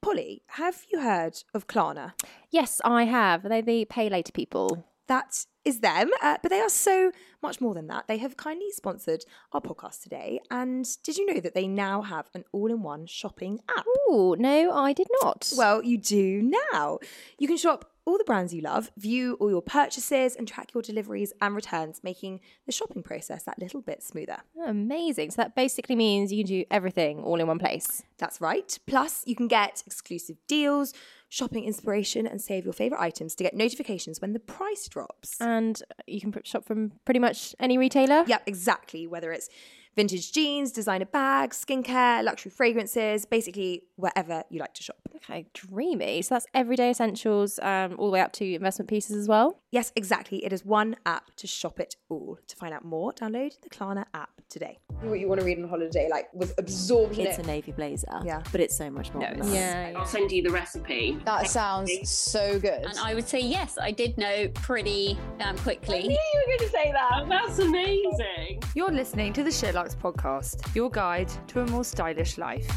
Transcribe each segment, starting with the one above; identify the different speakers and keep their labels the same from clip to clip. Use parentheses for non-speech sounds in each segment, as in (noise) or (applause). Speaker 1: Polly, have you heard of Klarna?
Speaker 2: Yes, I have. Are they the pay later people?
Speaker 1: That is them, uh, but they are so much more than that. They have kindly sponsored our podcast today. And did you know that they now have an all in one shopping app?
Speaker 2: Oh, no, I did not.
Speaker 1: Well, you do now. You can shop all the brands you love, view all your purchases, and track your deliveries and returns, making the shopping process that little bit smoother.
Speaker 2: amazing. So that basically means you can do everything all in one place.
Speaker 1: That's right. Plus, you can get exclusive deals, shopping inspiration, and save your favorite items to get notifications when the price drops.
Speaker 2: And you can pr- shop from pretty much any retailer.
Speaker 1: Yep, exactly. Whether it's vintage jeans, designer bags, skincare, luxury fragrances, basically wherever you like to shop.
Speaker 2: Okay, dreamy. So that's everyday essentials, um, all the way up to investment pieces as well.
Speaker 1: Yes, exactly. It is one app to shop it all. To find out more, download the Klarna app today.
Speaker 3: what you want to read on holiday, like was absorbed in
Speaker 4: It's
Speaker 3: it.
Speaker 4: a navy blazer.
Speaker 1: Yeah.
Speaker 4: But it's so much more. than that.
Speaker 5: I'll send you the recipe.
Speaker 3: that sounds so good.
Speaker 6: And I would say yes, I did know pretty damn quickly.
Speaker 3: you were going to say
Speaker 7: Oh,
Speaker 3: that.
Speaker 5: That's amazing.
Speaker 8: You're listening to the Sherlock's podcast, your guide to a more stylish life.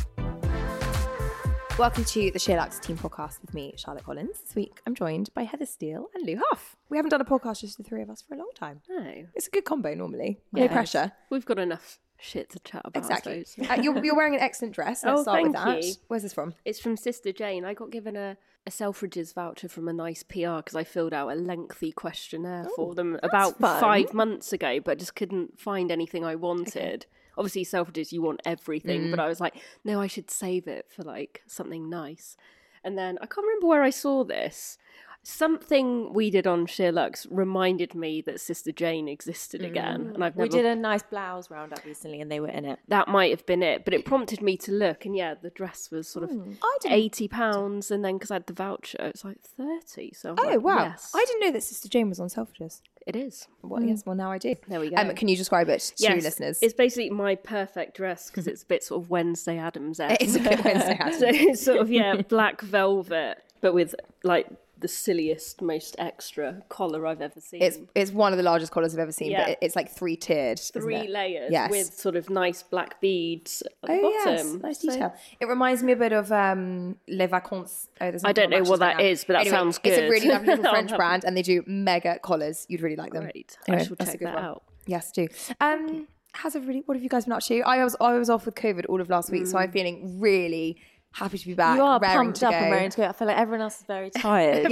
Speaker 1: Welcome to the Sherlock's Team Podcast with me, Charlotte Collins. This week, I'm joined by Heather Steele and Lou Huff. We haven't done a podcast just the three of us for a long time.
Speaker 3: Hmm.
Speaker 7: No,
Speaker 1: It's a good combo normally. No pressure.
Speaker 7: we've got enough shit to chat about. I
Speaker 1: Exactly.
Speaker 7: suppose.
Speaker 1: Uh, you're, you're wearing an excellent dress. Let's
Speaker 7: Oh,
Speaker 1: start with
Speaker 7: thank
Speaker 1: that.
Speaker 7: you.
Speaker 1: Where's this from?
Speaker 7: It's from Sister Jane. I got given a, a Selfridges voucher from a nice PR because I filled out a lengthy questionnaire
Speaker 4: Oh,
Speaker 7: for them about five months ago, but just couldn't find anything I wanted. Obviously, Selfridges, you want everything,
Speaker 4: Mm.
Speaker 7: but I was like, no, I should save it for like something nice. And then I can't remember where I saw this. Something we did on Sheer Lux reminded me that Sister Jane existed again, and I've never
Speaker 4: Mm. We did a nice blouse roundup recently and they were in it.
Speaker 7: that might have been it, but it prompted me to look, and yeah, the dress was sort of
Speaker 1: Hmm.
Speaker 7: eighty pounds, and then because I had the voucher, it's like thirty. So I was
Speaker 1: Oh,
Speaker 7: like,
Speaker 1: wow.
Speaker 7: yes,
Speaker 1: I didn't know that Sister Jane was on Selfridges.
Speaker 7: it is.
Speaker 1: Well, yes, well, now I do.
Speaker 7: There we go.
Speaker 1: Um, can you describe it to
Speaker 7: Yes,
Speaker 1: listeners?
Speaker 7: it's basically my perfect dress because it's a bit sort of Wednesday
Speaker 1: (laughs)
Speaker 7: Adams.
Speaker 1: (laughs) It's a bit Wednesday Addams.
Speaker 7: (laughs) so it's sort of
Speaker 1: (laughs)
Speaker 7: yeah, black velvet, but with like the silliest, most extra collar I've ever seen.
Speaker 1: It's it's one of the largest collars I've ever seen, but
Speaker 7: Yeah.
Speaker 1: it, it's like three tiered.
Speaker 7: three layers
Speaker 1: Yes.
Speaker 7: with sort of nice black beads at the
Speaker 1: Oh yes,
Speaker 7: bottom.
Speaker 1: nice
Speaker 7: So-
Speaker 1: detail. It reminds me a bit of um, Les Vacances. Oh, there's
Speaker 7: I don't know what that is, but that sounds
Speaker 1: It's a really
Speaker 7: good.
Speaker 1: lovely
Speaker 7: (laughs)
Speaker 1: little
Speaker 7: I'll
Speaker 1: French
Speaker 7: have-
Speaker 1: brand, and they do mega collars. You'd really like them.
Speaker 7: Great. I
Speaker 1: Anyway,
Speaker 7: shall
Speaker 1: that's a
Speaker 7: check
Speaker 1: good
Speaker 7: that
Speaker 1: one.
Speaker 7: out.
Speaker 1: Yes, do. Um, how's everybody? What have you guys been up to? I was I was off with COVID all of last week, so
Speaker 7: Mm.
Speaker 1: I'm feeling really happy to be back.
Speaker 4: You are
Speaker 1: raring
Speaker 4: pumped
Speaker 1: to
Speaker 4: up
Speaker 1: go.
Speaker 4: and raring to go. I feel like everyone else is very (laughs) tired.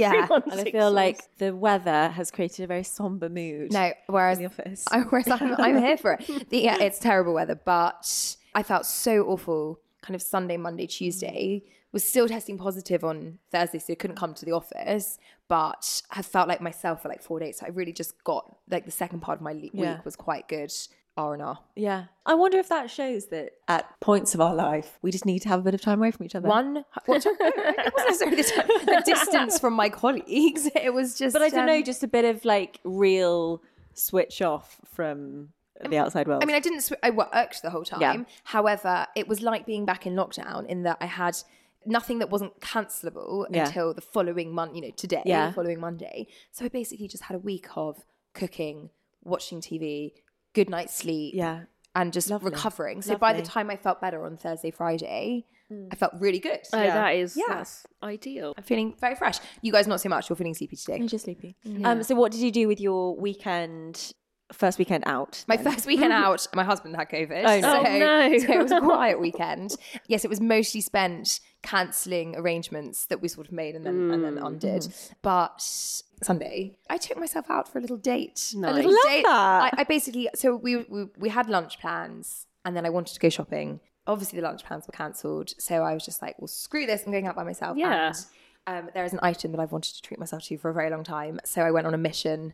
Speaker 7: (laughs)
Speaker 1: Yeah.
Speaker 4: And I feel like the weather has created a very somber mood. (laughs)
Speaker 1: No, whereas
Speaker 4: the office.
Speaker 1: I, whereas I'm, I'm here for it. The- yeah,
Speaker 4: (laughs)
Speaker 1: it's terrible weather, but I felt so awful. Kind of Sunday, Monday, Tuesday was still testing positive on Thursday, so I couldn't come to the office. But I felt like myself for like four days. So I really just got like the second part of my le-
Speaker 4: Yeah.
Speaker 1: week was quite good. R and R.
Speaker 4: Yeah. I wonder if that shows that at points of our life, we just need to have a bit of time away from each other.
Speaker 1: One, what, (laughs) it wasn't necessarily the, time,
Speaker 2: (laughs)
Speaker 1: the distance from my colleagues. It was just,
Speaker 4: But I don't know,
Speaker 1: um,
Speaker 4: just a bit of like real switch off from the outside world.
Speaker 1: I mean, I didn't. Sw- I worked the whole time.
Speaker 4: Yeah.
Speaker 1: However, it was like being back in lockdown in that I had nothing that wasn't cancelable
Speaker 4: Yeah.
Speaker 1: until the following month. You know, today,
Speaker 4: Yeah.
Speaker 1: the following Monday. So I basically just had a week of cooking, watching TV, good night's sleep,
Speaker 4: yeah.
Speaker 1: and just
Speaker 4: Lovely.
Speaker 1: recovering. So by the
Speaker 4: Lovely. Mm.
Speaker 1: time I felt better on Thursday, Friday, I felt really good.
Speaker 7: Oh, that is
Speaker 1: Yeah.
Speaker 7: that's ideal.
Speaker 1: I'm feeling very fresh. You guys, not so much. You're feeling sleepy today.
Speaker 4: You're just sleepy. Um, so what did you do with your weekend, first weekend out?
Speaker 1: My first weekend out, my husband had COVID.
Speaker 4: Oh,
Speaker 1: so,
Speaker 4: no.
Speaker 7: Oh,
Speaker 1: (laughs)
Speaker 7: no.
Speaker 1: so it was
Speaker 4: (laughs)
Speaker 1: a quiet weekend. Yes, it was mostly spent cancelling arrangements that we sort of made and then, and
Speaker 4: Mm.
Speaker 1: then undid. But Sunday, I took myself out for a little date. A little
Speaker 4: Love
Speaker 1: date. I,
Speaker 4: that.
Speaker 1: I basically, so we, we, we had lunch plans and then I wanted to go shopping. Obviously, the lunch plans were cancelled. So I was just like, well, screw this. I'm going out by myself.
Speaker 7: Yeah.
Speaker 1: And um, there is an item that I've wanted to treat myself to for a very long time. So I went on a mission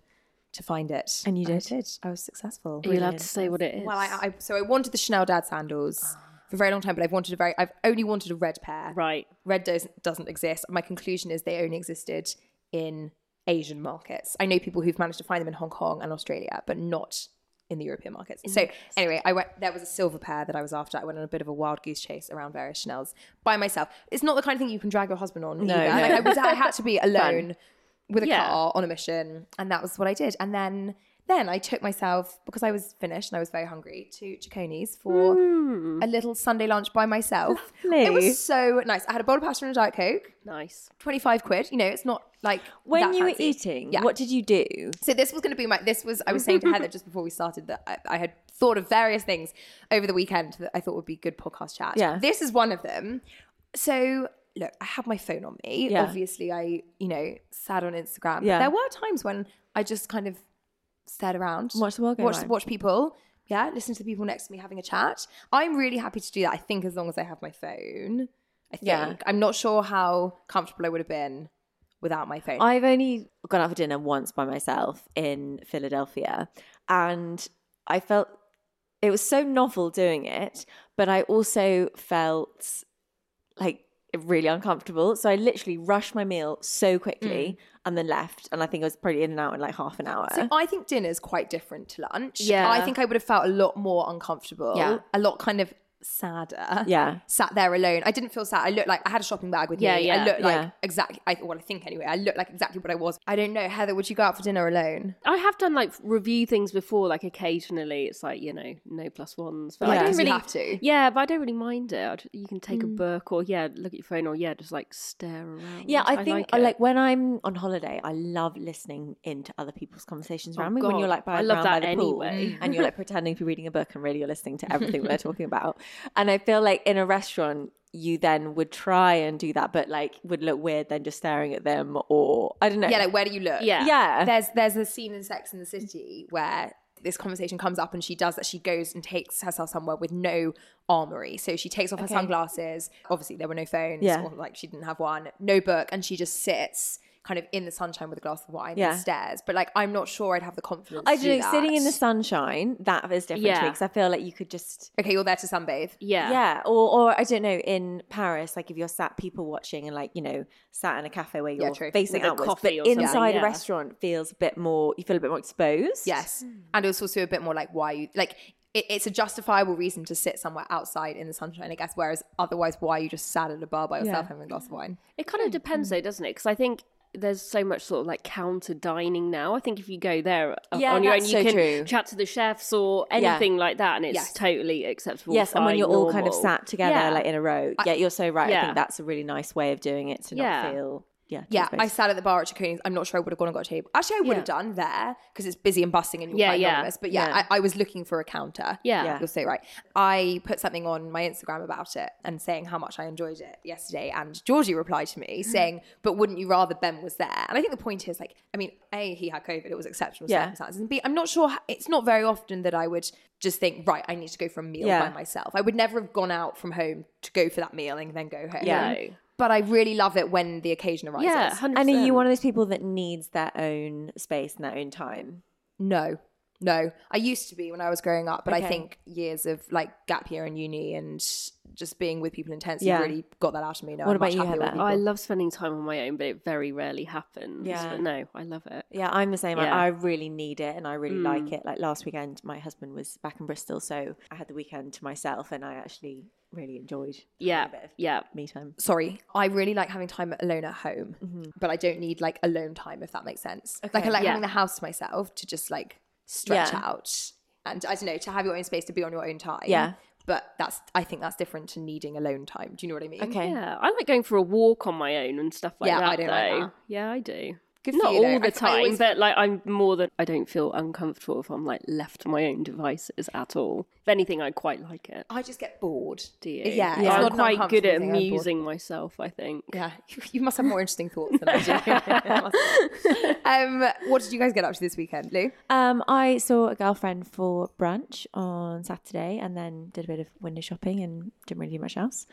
Speaker 1: to find it.
Speaker 4: And you
Speaker 1: I
Speaker 4: did?
Speaker 1: I was successful.
Speaker 7: Are you allowed to say what it is?
Speaker 4: Ah.
Speaker 1: Well, I, I so I wanted the Chanel dad sandals, for a very long time, but I've wanted a very, I've only wanted a red pair.
Speaker 7: Right.
Speaker 1: Red doesn't doesn't exist. My conclusion is they only existed in Asian markets. I know people who've managed to find them in Hong Kong and Australia, but not in the European markets. So anyway, I went. There was a silver pair that I was after. I went on a bit of a wild goose chase around various Chanel's by myself. It's not the kind of thing you can drag your husband on.
Speaker 4: No,
Speaker 1: either.
Speaker 4: no.
Speaker 1: Like, I was. I had to
Speaker 4: (laughs)
Speaker 1: be alone with a
Speaker 7: Yeah.
Speaker 1: car on a mission, and that was what I did. And then then I took myself because I was finished and I was very hungry to Chiconi's for a little Sunday lunch by myself. It
Speaker 4: Hmm. Lovely.
Speaker 1: was so nice. I had a bowl of pasta and a diet coke.
Speaker 7: Nice.
Speaker 1: 25 quid. You know, it's not like
Speaker 4: When
Speaker 1: that
Speaker 4: you
Speaker 1: fancy.
Speaker 4: were eating,
Speaker 1: Yeah.
Speaker 4: what did you do?
Speaker 1: So this was going to be my. This was I was saying to
Speaker 4: (laughs)
Speaker 1: Heather just before we started that I, I had thought of various things over the weekend that I thought would be good podcast chat.
Speaker 4: Yeah.
Speaker 1: this is one of them. So look, I had my phone on me.
Speaker 4: Yeah.
Speaker 1: Obviously, I you know sat on Instagram.
Speaker 4: Yeah.
Speaker 1: But there were times when I just kind of stared around,
Speaker 4: Watch the world go
Speaker 1: watch
Speaker 4: by.
Speaker 1: watch people. Yeah, listen to the people next to me having a chat. I'm really happy to do that. I think as long as I have my phone. I think
Speaker 4: Yeah.
Speaker 1: I'm not sure how comfortable I would have been without my phone.
Speaker 4: I've only gone out for dinner once by myself in Philadelphia, and I felt it was so novel doing it, but I also felt like really uncomfortable. So I literally rushed my meal so quickly and then left. And I think I was probably in and out in like half an hour.
Speaker 1: So I think dinner's quite different to lunch.
Speaker 4: Yeah.
Speaker 1: I think I would have felt a lot more uncomfortable.
Speaker 4: Yeah.
Speaker 1: A lot kind of sadder.
Speaker 4: Yeah.
Speaker 1: Sat there alone. I didn't feel sad. I looked like I had a shopping bag with
Speaker 7: Yeah,
Speaker 1: me.
Speaker 7: yeah,
Speaker 1: I looked like
Speaker 4: yeah.
Speaker 1: exactly I well, I think anyway, I looked like exactly what I was. I don't know. Heather, would you go out for dinner alone?
Speaker 7: I have done like review things before, like occasionally. It's like you know, no plus ones, but
Speaker 4: Yeah.
Speaker 7: I
Speaker 4: Hmm.
Speaker 7: don't
Speaker 1: Because you
Speaker 7: really
Speaker 1: have to.
Speaker 7: Yeah, but I don't really mind it. I ju- you can take a book or yeah, look at your phone or yeah, just like stare around.
Speaker 4: yeah, I think uh, like,
Speaker 7: it.
Speaker 4: when I'm on holiday, I love listening into other people's conversations
Speaker 7: Oh,
Speaker 4: around me. When you're
Speaker 7: God.
Speaker 4: like by,
Speaker 7: I love
Speaker 4: around
Speaker 7: that
Speaker 4: by the
Speaker 7: anyway.
Speaker 4: pool (laughs) and you're like pretending to be reading a book and really you're listening to
Speaker 7: (laughs)
Speaker 4: everything we're talking about. And I feel like in a restaurant, you then would try and do that, but like would look weird then just staring at them or I don't know.
Speaker 1: Yeah, like where do you look?
Speaker 7: Yeah.
Speaker 4: yeah.
Speaker 1: There's there's a scene in Sex in the City where this conversation comes up and she does that. She goes and takes herself somewhere with no armory. So she takes off her sunglasses. Obviously, there were no phones,
Speaker 4: Yeah.
Speaker 1: or like she didn't have one, no book, and she just sits kind of in the sunshine with a glass of wine
Speaker 4: Yeah.
Speaker 1: and stares. But like, I'm not sure I'd have the confidence.
Speaker 4: I
Speaker 1: to
Speaker 4: do know, sitting in the
Speaker 1: that.
Speaker 4: sunshine, that is different to me
Speaker 7: Yeah.
Speaker 4: because I feel like you could just
Speaker 1: Okay, you're there to sunbathe.
Speaker 7: yeah,
Speaker 4: yeah or or i don't know in paris like if you're sat people watching and like you know sat in a cafe where you're
Speaker 1: true.
Speaker 4: facing
Speaker 7: With a
Speaker 4: outwards but
Speaker 7: coffee or something,
Speaker 4: inside a
Speaker 7: yeah.
Speaker 4: restaurant feels a bit more you feel a bit more exposed
Speaker 1: Yes, and it's also a bit more like why you like. It, it's a justifiable reason to sit somewhere outside in the sunshine, I guess. Whereas otherwise, why are you just sat at a bar by yourself having a glass of wine?
Speaker 7: It
Speaker 4: hmm,
Speaker 7: kind of depends, though, doesn't it? Because I think there's so much sort of like counter dining now. I think if you go there uh,
Speaker 4: Yeah,
Speaker 7: on your own,
Speaker 4: that's
Speaker 7: you
Speaker 4: so
Speaker 7: can
Speaker 4: true.
Speaker 7: chat to the chefs or
Speaker 4: Yeah.
Speaker 7: anything like that, and it's
Speaker 1: Yes.
Speaker 7: totally acceptable.
Speaker 4: yes and when
Speaker 7: fine,
Speaker 4: you're all kind of
Speaker 7: normal.
Speaker 4: sat together
Speaker 7: Yeah.
Speaker 4: like in a row yeah you're so right i
Speaker 7: yeah.
Speaker 4: think that's a really nice way of doing it to not
Speaker 7: Yeah.
Speaker 4: feel yeah too
Speaker 1: Yeah, I
Speaker 4: exposed.
Speaker 1: sat at the bar at Chaconi's. I'm not sure I would have gone and got a table. Actually, I would
Speaker 7: Yeah.
Speaker 1: have done there because it's busy and busting and you're
Speaker 7: Yeah,
Speaker 1: quite
Speaker 7: yeah.
Speaker 1: anonymous. But yeah,
Speaker 4: Yeah.
Speaker 1: I, I was looking for a counter.
Speaker 7: Yeah.
Speaker 4: Yeah.
Speaker 1: You're so right. I put something on my Instagram about it and saying how much I enjoyed it yesterday. And Georgie replied to me saying, But wouldn't you rather Ben was there? And I think the point is like, I mean, A, he had COVID, it was exceptional
Speaker 4: Yeah.
Speaker 1: circumstances. And B, I'm not sure, how, it's not very often that I would just think, Right, I need to go for a meal
Speaker 4: Yeah.
Speaker 1: by myself. I would never have gone out from home to go for that meal and then go home.
Speaker 4: Yeah.
Speaker 7: No.
Speaker 1: But I really love it when the occasion arises.
Speaker 7: Yeah, 100%.
Speaker 4: and are you one of those people that needs their own space and their own time
Speaker 1: No, no. I used to be when I was growing up, but
Speaker 4: Okay.
Speaker 1: I think years of like gap year and uni and just being with people intensely
Speaker 4: Yeah.
Speaker 1: really got that out of me. Now
Speaker 4: What
Speaker 1: I'm
Speaker 4: about
Speaker 1: much
Speaker 4: you,
Speaker 1: happier with
Speaker 4: Heather?
Speaker 7: Oh, I
Speaker 1: people.
Speaker 7: love spending time on my own, but it very rarely happens.
Speaker 4: Yeah.
Speaker 7: But no, I love it.
Speaker 4: Yeah, I'm the same. I-
Speaker 7: Yeah. Mm.
Speaker 4: I, really need it and I really like it. Like last weekend, my husband was back in Bristol, so I had the weekend to myself and I actually really enjoyed
Speaker 7: Yeah,
Speaker 4: bit of-
Speaker 7: yeah.
Speaker 4: me time.
Speaker 1: Sorry, I really like having time alone at home, but I don't need like alone time if that makes sense. Like I
Speaker 4: Mm-hmm. Okay.
Speaker 1: like
Speaker 7: Yeah.
Speaker 1: having the house to myself to just like stretch
Speaker 4: Yeah.
Speaker 1: out and I don't know to have your own space to be on your own time.
Speaker 4: Yeah.
Speaker 1: but that's I think that's different to needing alone time. Do you know what I mean?
Speaker 4: Okay.
Speaker 7: Yeah, I like going for a walk on my own and stuff like
Speaker 1: Yeah,
Speaker 7: that.
Speaker 1: I don't like
Speaker 7: though.
Speaker 1: that.
Speaker 7: Yeah, I do.
Speaker 1: Good for
Speaker 7: Not
Speaker 1: you, though.
Speaker 7: all
Speaker 1: I- I
Speaker 7: the time,
Speaker 1: always-
Speaker 7: but like I'm more than I don't feel uncomfortable if I'm like left to my own devices at all. If anything, I quite like it.
Speaker 1: I just get bored.
Speaker 7: Do you?
Speaker 1: Yeah,
Speaker 7: So
Speaker 1: it's not
Speaker 7: I'm
Speaker 1: an
Speaker 7: quite good
Speaker 1: uncomfortable
Speaker 7: at
Speaker 1: thing, I'm bored.
Speaker 7: amusing myself. I think. (laughs)
Speaker 1: Yeah, (laughs) you must have more interesting thoughts than I do. (laughs) um, what did you guys get up to this weekend, Lou?
Speaker 4: Um, I saw a girlfriend for brunch on Saturday and then did a bit of window shopping and didn't really do much else.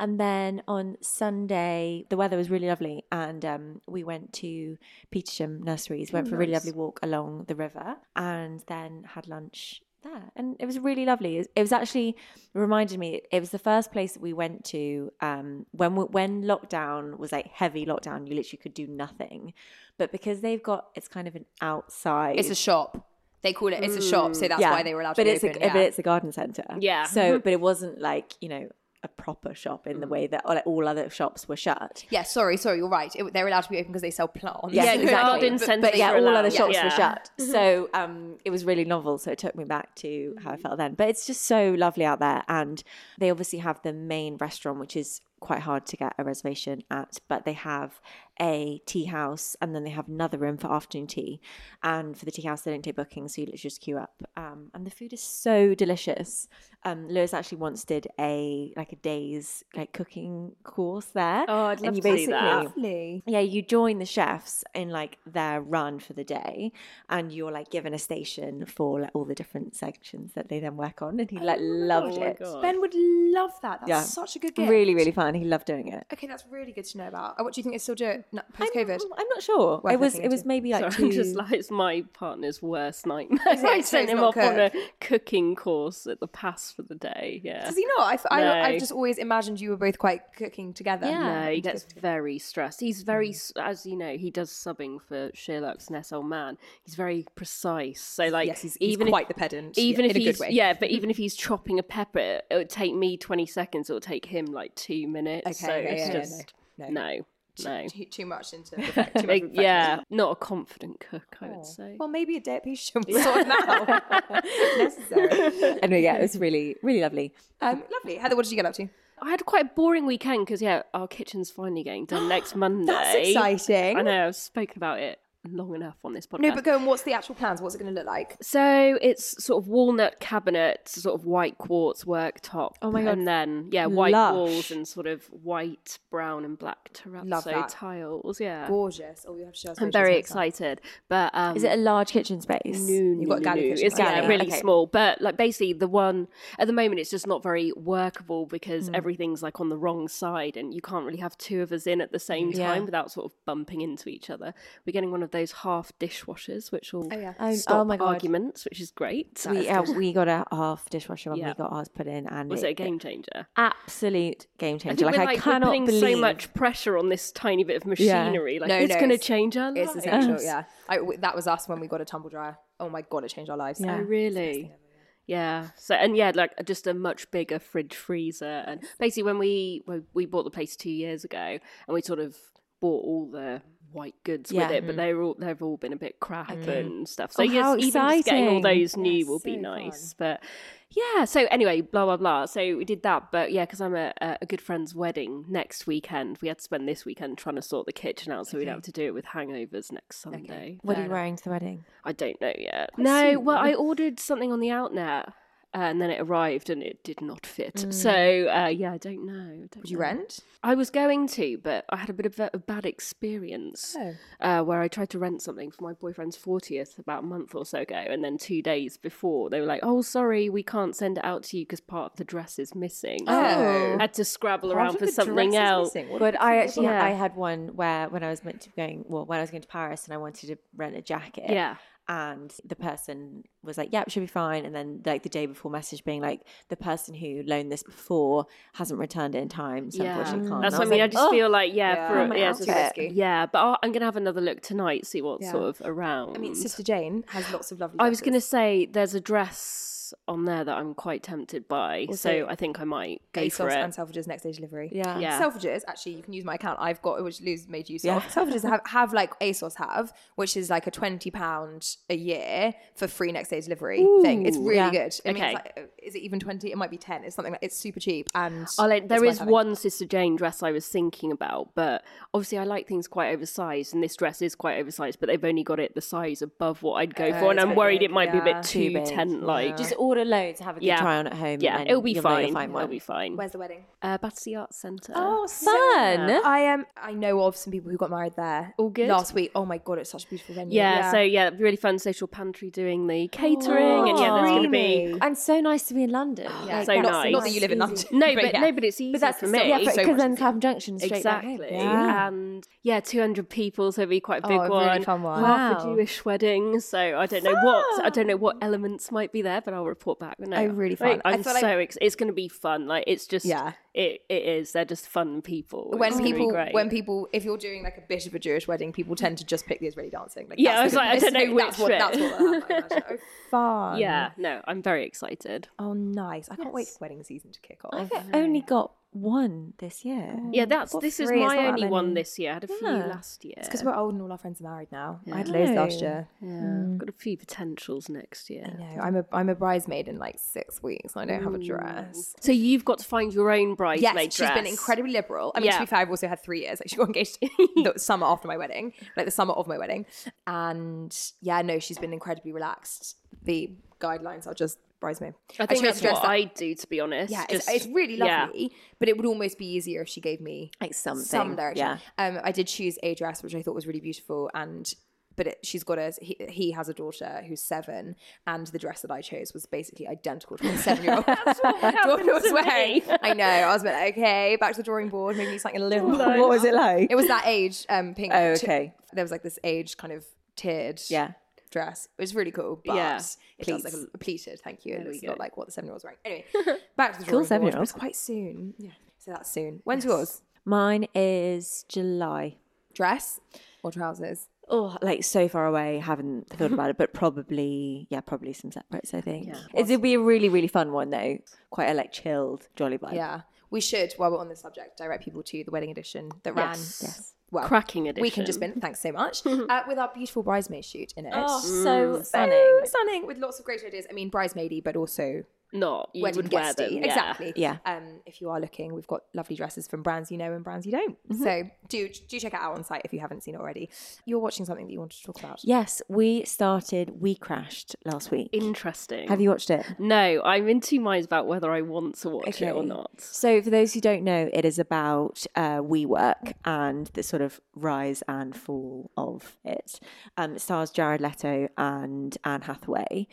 Speaker 4: And then on Sunday, the weather was really lovely and um, we went to Petersham Nurseries, went for a really lovely walk along the river and then had lunch there and it was really lovely it was, it was actually reminded me it was the first place that we went to um, when we- when lockdown was like heavy lockdown you literally could do nothing but because they've got it's kind of an outside
Speaker 1: It's a shop. They call it. It's a shop, so that's why they were allowed
Speaker 4: but
Speaker 1: to
Speaker 4: it's
Speaker 1: open.
Speaker 4: a,
Speaker 1: yeah.
Speaker 4: but it's a garden centre
Speaker 1: (laughs)
Speaker 7: Yeah.
Speaker 4: so but it wasn't like you know a proper shop in the
Speaker 1: Mm.
Speaker 4: way that like, all other shops were shut
Speaker 1: yeah, sorry, sorry, you're right. It, they're allowed to be open because they sell plants. (laughs)
Speaker 4: Yeah,
Speaker 7: exactly. garden
Speaker 1: But-
Speaker 7: centres
Speaker 4: but yeah,
Speaker 7: were
Speaker 4: all
Speaker 7: allowed.
Speaker 4: other shops
Speaker 7: Yeah. Mm-hmm.
Speaker 4: were shut. So um, it was really novel. So it took me back to how I
Speaker 7: Mm-hmm.
Speaker 4: felt then. But it's just so lovely out there. And they obviously have the main restaurant, which is quite hard to get a reservation at, but they have a tea house and then they have another room for afternoon tea. And for the tea house, they don't take bookings, so you literally just queue up. Um, and the food is so delicious. Um, Lewis actually once did a like a day's like cooking course there.
Speaker 7: Oh, I'd love
Speaker 4: and you
Speaker 7: to do
Speaker 4: basically
Speaker 7: that.
Speaker 1: Lovely.
Speaker 4: yeah, you join the chefs in like their run for the day, and you're like given a station for like all the different sections that they then work on. And he like
Speaker 7: Oh
Speaker 4: loved it.
Speaker 1: Oh Ben would love that. That's
Speaker 4: Yeah.
Speaker 1: such a good gift.
Speaker 4: Really, really fun. He loved doing it.
Speaker 1: Okay, that's really good to know about. Oh, What do you think they still do it post COVID?
Speaker 4: I'm not sure.
Speaker 1: Worth
Speaker 4: it was.
Speaker 1: looking
Speaker 4: It was
Speaker 1: into.
Speaker 4: maybe like
Speaker 7: Sorry,
Speaker 4: two.
Speaker 7: I'm just like it's my partner's worst nightmare. (laughs) I
Speaker 1: Exactly,
Speaker 7: sent
Speaker 1: it's
Speaker 7: him
Speaker 1: not
Speaker 7: off on a cooking course at the pass for the day. Yeah.
Speaker 1: Does he not? I, f- I-
Speaker 7: No.
Speaker 1: I've just always imagined you were both quite cooking together.
Speaker 7: No, he gets very stressed. He's
Speaker 1: Mm.
Speaker 7: very, s as you know, he does subbing for Sherlock's Ness Old Man. He's very precise. So, like,
Speaker 1: Yes, he's, he's
Speaker 7: if-
Speaker 1: quite the pedant. yeah,
Speaker 7: even if
Speaker 1: in a
Speaker 7: he's
Speaker 1: good way. Mm.
Speaker 7: yeah, but even if he's chopping a pepper, it would take me twenty seconds. It would take him like two minutes.
Speaker 1: Okay,
Speaker 7: so
Speaker 1: okay,
Speaker 7: it's
Speaker 1: yeah, yeah,
Speaker 7: just
Speaker 1: no, no.
Speaker 7: no, no,
Speaker 1: Too, too much into perfect- too much
Speaker 7: Like,
Speaker 1: perfectionism.
Speaker 7: yeah, not a confident cook. I
Speaker 1: Oh.
Speaker 7: would say.
Speaker 1: Well, maybe a
Speaker 7: (laughs)
Speaker 1: deputation will sort him out. Necessary.
Speaker 4: anyway, yeah, it was really, really lovely.
Speaker 1: Um, lovely. Heather, what did you get up to?
Speaker 7: I had quite a boring weekend because yeah, our kitchen's finally getting
Speaker 1: (gasps)
Speaker 7: done next Monday.
Speaker 1: exciting.
Speaker 7: I know I've spoken about it long enough on this podcast.
Speaker 1: No, but go and what's the actual plans? What's it going to look like?
Speaker 7: So it's sort of walnut cabinet, sort of white quartz worktop. Oh
Speaker 4: my God.
Speaker 7: And then yeah, white
Speaker 4: Lush.
Speaker 7: walls and sort of white, brown, and black
Speaker 1: Love
Speaker 7: terrazzo
Speaker 1: that.
Speaker 7: tiles. Yeah,
Speaker 1: Gorgeous. Oh, you have to show us.
Speaker 7: I'm
Speaker 1: pictures
Speaker 7: very
Speaker 1: next time.
Speaker 7: excited. But um,
Speaker 4: Is it a large kitchen space?
Speaker 7: no, no,
Speaker 1: got
Speaker 7: no,
Speaker 1: galley
Speaker 7: no.
Speaker 1: kitchen,
Speaker 7: It's
Speaker 1: right?
Speaker 7: yeah,
Speaker 1: Galley,
Speaker 7: really
Speaker 4: okay.
Speaker 7: small, but like basically the one at the moment it's just not very workable
Speaker 4: Hmm.
Speaker 7: because everything's like on the wrong side and you can't really have two of us in at the same
Speaker 4: Mm, Yeah.
Speaker 7: time without sort of bumping into each other. We're getting one of those half dishwashers which will
Speaker 1: yeah.
Speaker 4: Oh,
Speaker 7: stop
Speaker 4: oh my God.
Speaker 7: arguments, which is great.
Speaker 4: We uh, we got a half dishwasher when
Speaker 7: Yeah.
Speaker 4: we got ours put in, and
Speaker 7: was it a game changer?
Speaker 4: Absolute game
Speaker 7: I think
Speaker 4: changer. Like
Speaker 7: we're,
Speaker 4: I
Speaker 7: like, we're
Speaker 4: cannot
Speaker 7: putting
Speaker 4: believe
Speaker 7: so much pressure on this tiny bit of machinery. Like
Speaker 1: No,
Speaker 7: it's
Speaker 1: no,
Speaker 7: going to
Speaker 1: it's-
Speaker 7: change our lives.
Speaker 1: It's essential. Yeah. I, w- that was us when we got a tumble dryer. Oh my god, it changed our lives.
Speaker 7: Oh, really? Yeah. So and yeah, like uh, just a much bigger fridge freezer, and basically when we when we bought the place two years ago, and we sort of bought all the white goods
Speaker 4: Yeah.
Speaker 7: with it, but they're all they've all been a bit crap and stuff. So
Speaker 4: Oh,
Speaker 7: yes,
Speaker 4: how
Speaker 7: even just getting all
Speaker 4: exciting.
Speaker 7: those new will be nice, but. Yeah, so anyway, blah, blah, blah. So we did that. But yeah, because I'm at a, a good friend's wedding next weekend, we had to spend this weekend trying to sort the kitchen out so we don't have to do it with hangovers next Sunday.
Speaker 4: What are you wearing to the wedding?
Speaker 7: I don't know yet. no, well, I ordered something on the outnet. Uh, and then it arrived and it did not fit. So uh, yeah, I don't know. I don't
Speaker 1: Hmm. Would you
Speaker 7: know.
Speaker 1: rent?
Speaker 7: I was going to, but I had a bit of a, a bad experience
Speaker 1: Oh.
Speaker 7: uh, where I tried to rent something for my boyfriend's fortieth about a month or so ago, and then two days before they were like, "Oh, sorry, we can't send it out to you because part of the dress is missing." So
Speaker 1: Oh.
Speaker 7: I had to scrabble
Speaker 1: Part
Speaker 7: around
Speaker 1: of
Speaker 7: for
Speaker 1: the dress
Speaker 7: something
Speaker 1: is
Speaker 7: else.
Speaker 1: missing. What
Speaker 4: But I actually
Speaker 7: Yeah.
Speaker 4: I had one where when I was meant to be going well when I was going to Paris and I wanted to rent a jacket.
Speaker 7: Yeah.
Speaker 4: And the person was like, "Yep, should be fine." And then like the day before, message being like, "The person who loaned this before hasn't returned it in time, so unfortunately can't."
Speaker 7: That's
Speaker 4: And
Speaker 7: what I mean.
Speaker 4: was
Speaker 7: I just
Speaker 4: like,
Speaker 7: feel like yeah,
Speaker 1: Yeah.
Speaker 7: for
Speaker 1: Oh, my
Speaker 7: yeah, it's
Speaker 1: outfit.
Speaker 7: just-
Speaker 1: Risky.
Speaker 7: yeah, but I'll, I'm gonna have another look tonight, see what's
Speaker 1: Yeah.
Speaker 7: sort of around.
Speaker 1: I mean, Sister Jane has lots of lovely.
Speaker 7: Um, I was gonna
Speaker 1: dresses.
Speaker 7: say there's a dress on there that I'm quite tempted by, so I think I might go for
Speaker 1: ASOS
Speaker 7: it.
Speaker 1: and Selfridges next day delivery.
Speaker 4: Yeah.
Speaker 7: Yeah.
Speaker 1: Selfridges, actually, you can use my account. I've got, which Lou's made use of. Selfridges have, have like ASOS have, which is like a £20 a year for free next day delivery thing. It's really good. I mean,
Speaker 7: Okay.
Speaker 1: it's like, is it even 20? It might be 10. It's something like, it's super cheap. And
Speaker 7: I like,
Speaker 1: it's
Speaker 7: there
Speaker 1: worth
Speaker 7: is
Speaker 1: having.
Speaker 7: one Sister Jane dress I was thinking about, but obviously I like things quite oversized, and this dress is quite oversized, but they've only got it the size above what I'd go for, and
Speaker 1: it's
Speaker 7: I'm
Speaker 1: a
Speaker 7: worried
Speaker 1: bit-
Speaker 7: it might be a
Speaker 1: yeah.
Speaker 7: bit too,
Speaker 4: big.
Speaker 7: tent like.
Speaker 4: Just order loads, have a good
Speaker 7: Yeah.
Speaker 4: try on at home.
Speaker 7: Yeah,
Speaker 4: and
Speaker 7: it'll be
Speaker 4: you'll know you'll
Speaker 7: fine.
Speaker 4: find
Speaker 7: It'll
Speaker 4: one.
Speaker 7: be fine.
Speaker 1: Where's the wedding?
Speaker 7: Uh, Battersea Arts Centre.
Speaker 2: Oh,
Speaker 4: fun.
Speaker 1: I am. I know of some people who got married there.
Speaker 7: All good?
Speaker 1: Last week. Oh my god, it's such a beautiful venue.
Speaker 7: Yeah, so yeah, it'd be really fun social pantry doing the catering, and yeah, there's going
Speaker 2: Oh,
Speaker 7: to be.
Speaker 4: and so nice to be in London.
Speaker 1: Oh,
Speaker 4: Like,
Speaker 7: so
Speaker 4: that's
Speaker 7: nice.
Speaker 4: so
Speaker 7: Not that you
Speaker 3: live in
Speaker 4: easy.
Speaker 3: London.
Speaker 1: (laughs)
Speaker 7: No,
Speaker 3: (laughs) But
Speaker 7: but,
Speaker 3: yeah.
Speaker 7: no, but it's easy
Speaker 4: that's
Speaker 7: for
Speaker 4: the
Speaker 7: me.
Speaker 4: same. Yeah,
Speaker 3: so
Speaker 4: because
Speaker 3: much
Speaker 4: then Clapham Junction straight back
Speaker 7: Exactly.
Speaker 4: home. Yeah.
Speaker 7: And yeah, 200 people, so it'd be quite a big
Speaker 1: Oh, a
Speaker 7: one.
Speaker 1: really fun one.
Speaker 7: Half a
Speaker 4: Wow.
Speaker 7: Jewish wedding, so I don't know what I don't know what elements might be there, but I'll report back. No,
Speaker 1: Oh, really fun.
Speaker 7: like, I'm
Speaker 1: I
Speaker 7: so
Speaker 1: feel like-
Speaker 7: ex- it's going to be fun. Like it's just
Speaker 1: Yeah.
Speaker 7: it it is. They're just fun people. It's
Speaker 1: when
Speaker 7: gonna be
Speaker 1: people
Speaker 7: great.
Speaker 1: when people if you're doing like a bit of a Jewish wedding, people tend to just pick the Israeli dancing. Like,
Speaker 7: Yeah,
Speaker 1: that's
Speaker 7: I was
Speaker 1: the-
Speaker 7: like, I don't know
Speaker 1: that's
Speaker 7: which
Speaker 1: what, that's
Speaker 7: bit.
Speaker 1: what will happen, I imagine. Oh, fun.
Speaker 7: (laughs) yeah, no, I'm very excited.
Speaker 1: Oh, nice. I can't wait for wedding season to kick off.
Speaker 4: I've only got one this year.
Speaker 7: Yeah, that's this is
Speaker 4: three, it's
Speaker 7: my
Speaker 4: not that
Speaker 7: only
Speaker 4: many.
Speaker 7: one this year. I had a few
Speaker 4: Yeah.
Speaker 7: last year.
Speaker 1: Because we're old and all our friends are married now. I had
Speaker 4: Yeah.
Speaker 1: loads last
Speaker 4: No.
Speaker 1: year.
Speaker 7: yeah,
Speaker 1: Mm.
Speaker 7: I've got a few potentials next year.
Speaker 1: No, I'm a I'm a bridesmaid in like six weeks, and I don't have a dress.
Speaker 7: So you've got to find your own bridesmaid
Speaker 1: Yes,
Speaker 7: dress.
Speaker 1: she's been incredibly liberal. I mean,
Speaker 7: Yeah.
Speaker 1: to be fair, I've also had three years. Like, she got engaged (laughs) the summer after my wedding, like the summer of my wedding. And yeah, no, she's been incredibly relaxed. The guidelines are just bridesmaid.
Speaker 7: I think
Speaker 1: chose
Speaker 7: that's
Speaker 1: to dress
Speaker 7: what
Speaker 1: that-
Speaker 7: I do, to be honest.
Speaker 1: Yeah,
Speaker 7: Just-
Speaker 1: it's, it's really
Speaker 7: yeah.
Speaker 1: lovely, but it would almost be easier if she gave me
Speaker 4: Like something.
Speaker 1: some direction.
Speaker 4: Yeah.
Speaker 1: Um, I did choose a dress which I thought was really beautiful, and but it, she's got a he, he has a daughter who's seven, and the dress that I chose was basically identical to what
Speaker 4: (laughs)
Speaker 1: the seven year old (laughs) daughter was wearing. I know. I was like, okay, back to the drawing board, maybe something a little. more.
Speaker 4: What was it like?
Speaker 7: (laughs)
Speaker 1: It was that age, um, pink.
Speaker 4: Oh,
Speaker 1: t-
Speaker 4: okay.
Speaker 1: there was like this age kind of tiered.
Speaker 4: Yeah.
Speaker 1: Dress. It was really cool, but
Speaker 7: Yeah.
Speaker 1: it does like a pleated. Thank you. It looks a lot like what the seven-year-old's wearing. Anyway, back to the drawing
Speaker 4: Cool
Speaker 1: board. It
Speaker 4: seven-year-old.
Speaker 1: was quite soon. Yeah. So that's soon. When's yours?
Speaker 4: Mine is July.
Speaker 1: Dress or trousers?
Speaker 4: Oh, like so far away, haven't thought about it, but probably, yeah, probably some separates, I think. It'll be a really, really fun one, though. Quite a like chilled, jolly vibe.
Speaker 1: Yeah. We should, while we're on this subject, direct people to the wedding edition that ran. Yes. Well,
Speaker 7: Cracking
Speaker 1: We can just
Speaker 7: edition.
Speaker 1: spin. Thanks so much.
Speaker 4: (laughs)
Speaker 1: uh, with our beautiful bridesmaid shoot in it.
Speaker 4: Oh, so
Speaker 1: So
Speaker 4: stunning.
Speaker 1: stunning with lots of great ideas. I mean, bridesmaidy, but also
Speaker 7: not. You
Speaker 1: wedding
Speaker 7: would wear them.
Speaker 1: guesty.
Speaker 7: yeah.
Speaker 1: Exactly.
Speaker 4: Yeah.
Speaker 1: Um, if you are looking, we've got lovely dresses from brands you know and brands you don't.
Speaker 4: Mm-hmm.
Speaker 1: So do do check it out on site if you haven't seen it already. You're watching something that you wanted to talk about.
Speaker 4: Yes, we started, we crashed last week.
Speaker 7: Interesting.
Speaker 4: Have you watched it?
Speaker 7: No, I'm in two minds about whether I want to watch it or
Speaker 4: Okay.
Speaker 7: not.
Speaker 4: So, for those who don't know, it is about uh, WeWork and the sort of rise and fall of it. Um, it stars Jared Leto and Anne Hathaway.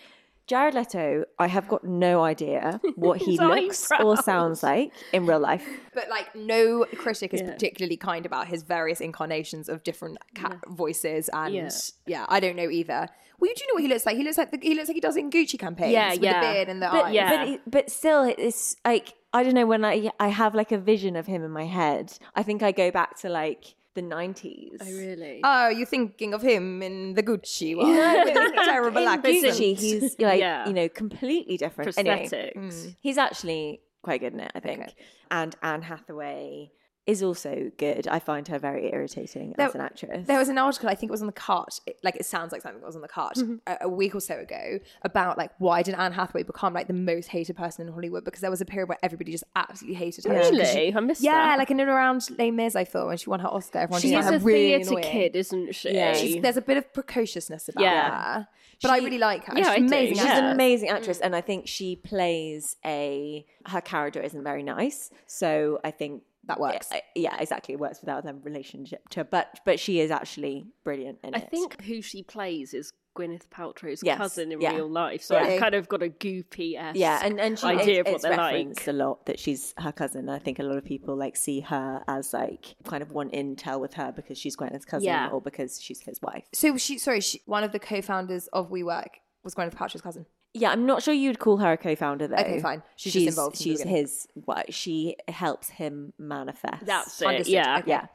Speaker 4: Jared Leto, I have got no idea what
Speaker 7: (laughs)
Speaker 4: he
Speaker 7: His
Speaker 4: looks or sounds like in real life.
Speaker 1: But like, no critic is particularly kind about his various incarnations of different ca- voices, and
Speaker 7: Yeah.
Speaker 1: yeah. I don't know either. Well, do you know what he looks like? He looks like the, he looks like he does in Gucci campaigns.
Speaker 7: Yeah,
Speaker 1: with
Speaker 7: yeah.
Speaker 1: the beard and the
Speaker 4: But
Speaker 1: eyes.
Speaker 7: yeah.
Speaker 4: but, it- but still, it's like I don't know when I I have like a vision of him in my head. I think I go back to like the nineties.
Speaker 7: Really?
Speaker 1: Oh, you're thinking of him in the Gucci one with his terrible accent.
Speaker 4: Gucci, he's like
Speaker 7: Yeah.
Speaker 4: you know completely different. Anyway.
Speaker 7: Prosthetics.
Speaker 1: Mm.
Speaker 4: He's actually quite good in it, I think. And Anne Hathaway is also good. I find her very irritating
Speaker 1: There-
Speaker 4: as an actress.
Speaker 1: There was an article, I think it was on the cart, it- like it sounds like something that was on the cart
Speaker 4: Mm-hmm.
Speaker 1: a, a week or so ago about like why did Anne Hathaway become like the most hated person in Hollywood? Because there was a period where everybody just absolutely hated her. Because she-
Speaker 7: Really? I missed
Speaker 1: yeah,
Speaker 7: that.
Speaker 1: like in and around Les Mis, I thought when she won her Oscar, everyone
Speaker 7: she
Speaker 1: just
Speaker 7: is
Speaker 1: found
Speaker 7: a
Speaker 1: her really
Speaker 7: theatre
Speaker 1: annoying.
Speaker 7: kid, isn't she?
Speaker 4: Yeah.
Speaker 1: She's, there's a bit of precociousness about
Speaker 7: Yeah.
Speaker 1: her, but I really like her.
Speaker 7: Yeah,
Speaker 1: She's
Speaker 7: I do.
Speaker 1: amazing.
Speaker 7: She's
Speaker 4: She's
Speaker 7: Yeah.
Speaker 4: an amazing actress, and I think she plays a her character isn't very nice. So I think
Speaker 1: That works.
Speaker 4: I- yeah, exactly. It works without their relationship to her, but but she is actually brilliant in
Speaker 7: I
Speaker 4: it.
Speaker 7: think who she plays is Gwyneth Paltrow's
Speaker 4: Yes,
Speaker 7: cousin in
Speaker 4: yeah.
Speaker 7: real life, so
Speaker 1: Really?
Speaker 7: I've kind of got a goopy esque
Speaker 4: yeah, and and she
Speaker 7: idea
Speaker 4: it's,
Speaker 7: of what
Speaker 4: it's
Speaker 7: they're
Speaker 4: referenced
Speaker 7: like.
Speaker 4: a lot that she's her cousin. I think a lot of people like see her as like kind of want intel with her because she's Gwyneth's cousin
Speaker 7: Yeah.
Speaker 4: or because she's his wife.
Speaker 1: So she, sorry, she, one of the co-founders of WeWork was Gwyneth Paltrow's cousin.
Speaker 4: Yeah, I'm not sure you'd call her a co-founder though.
Speaker 1: Okay, fine. She's just involved from the
Speaker 4: She's
Speaker 1: beginning.
Speaker 4: his. What she helps him manifest.
Speaker 7: That's it.
Speaker 1: Understood.
Speaker 7: uh, Yeah.
Speaker 1: Okay.
Speaker 4: Yeah,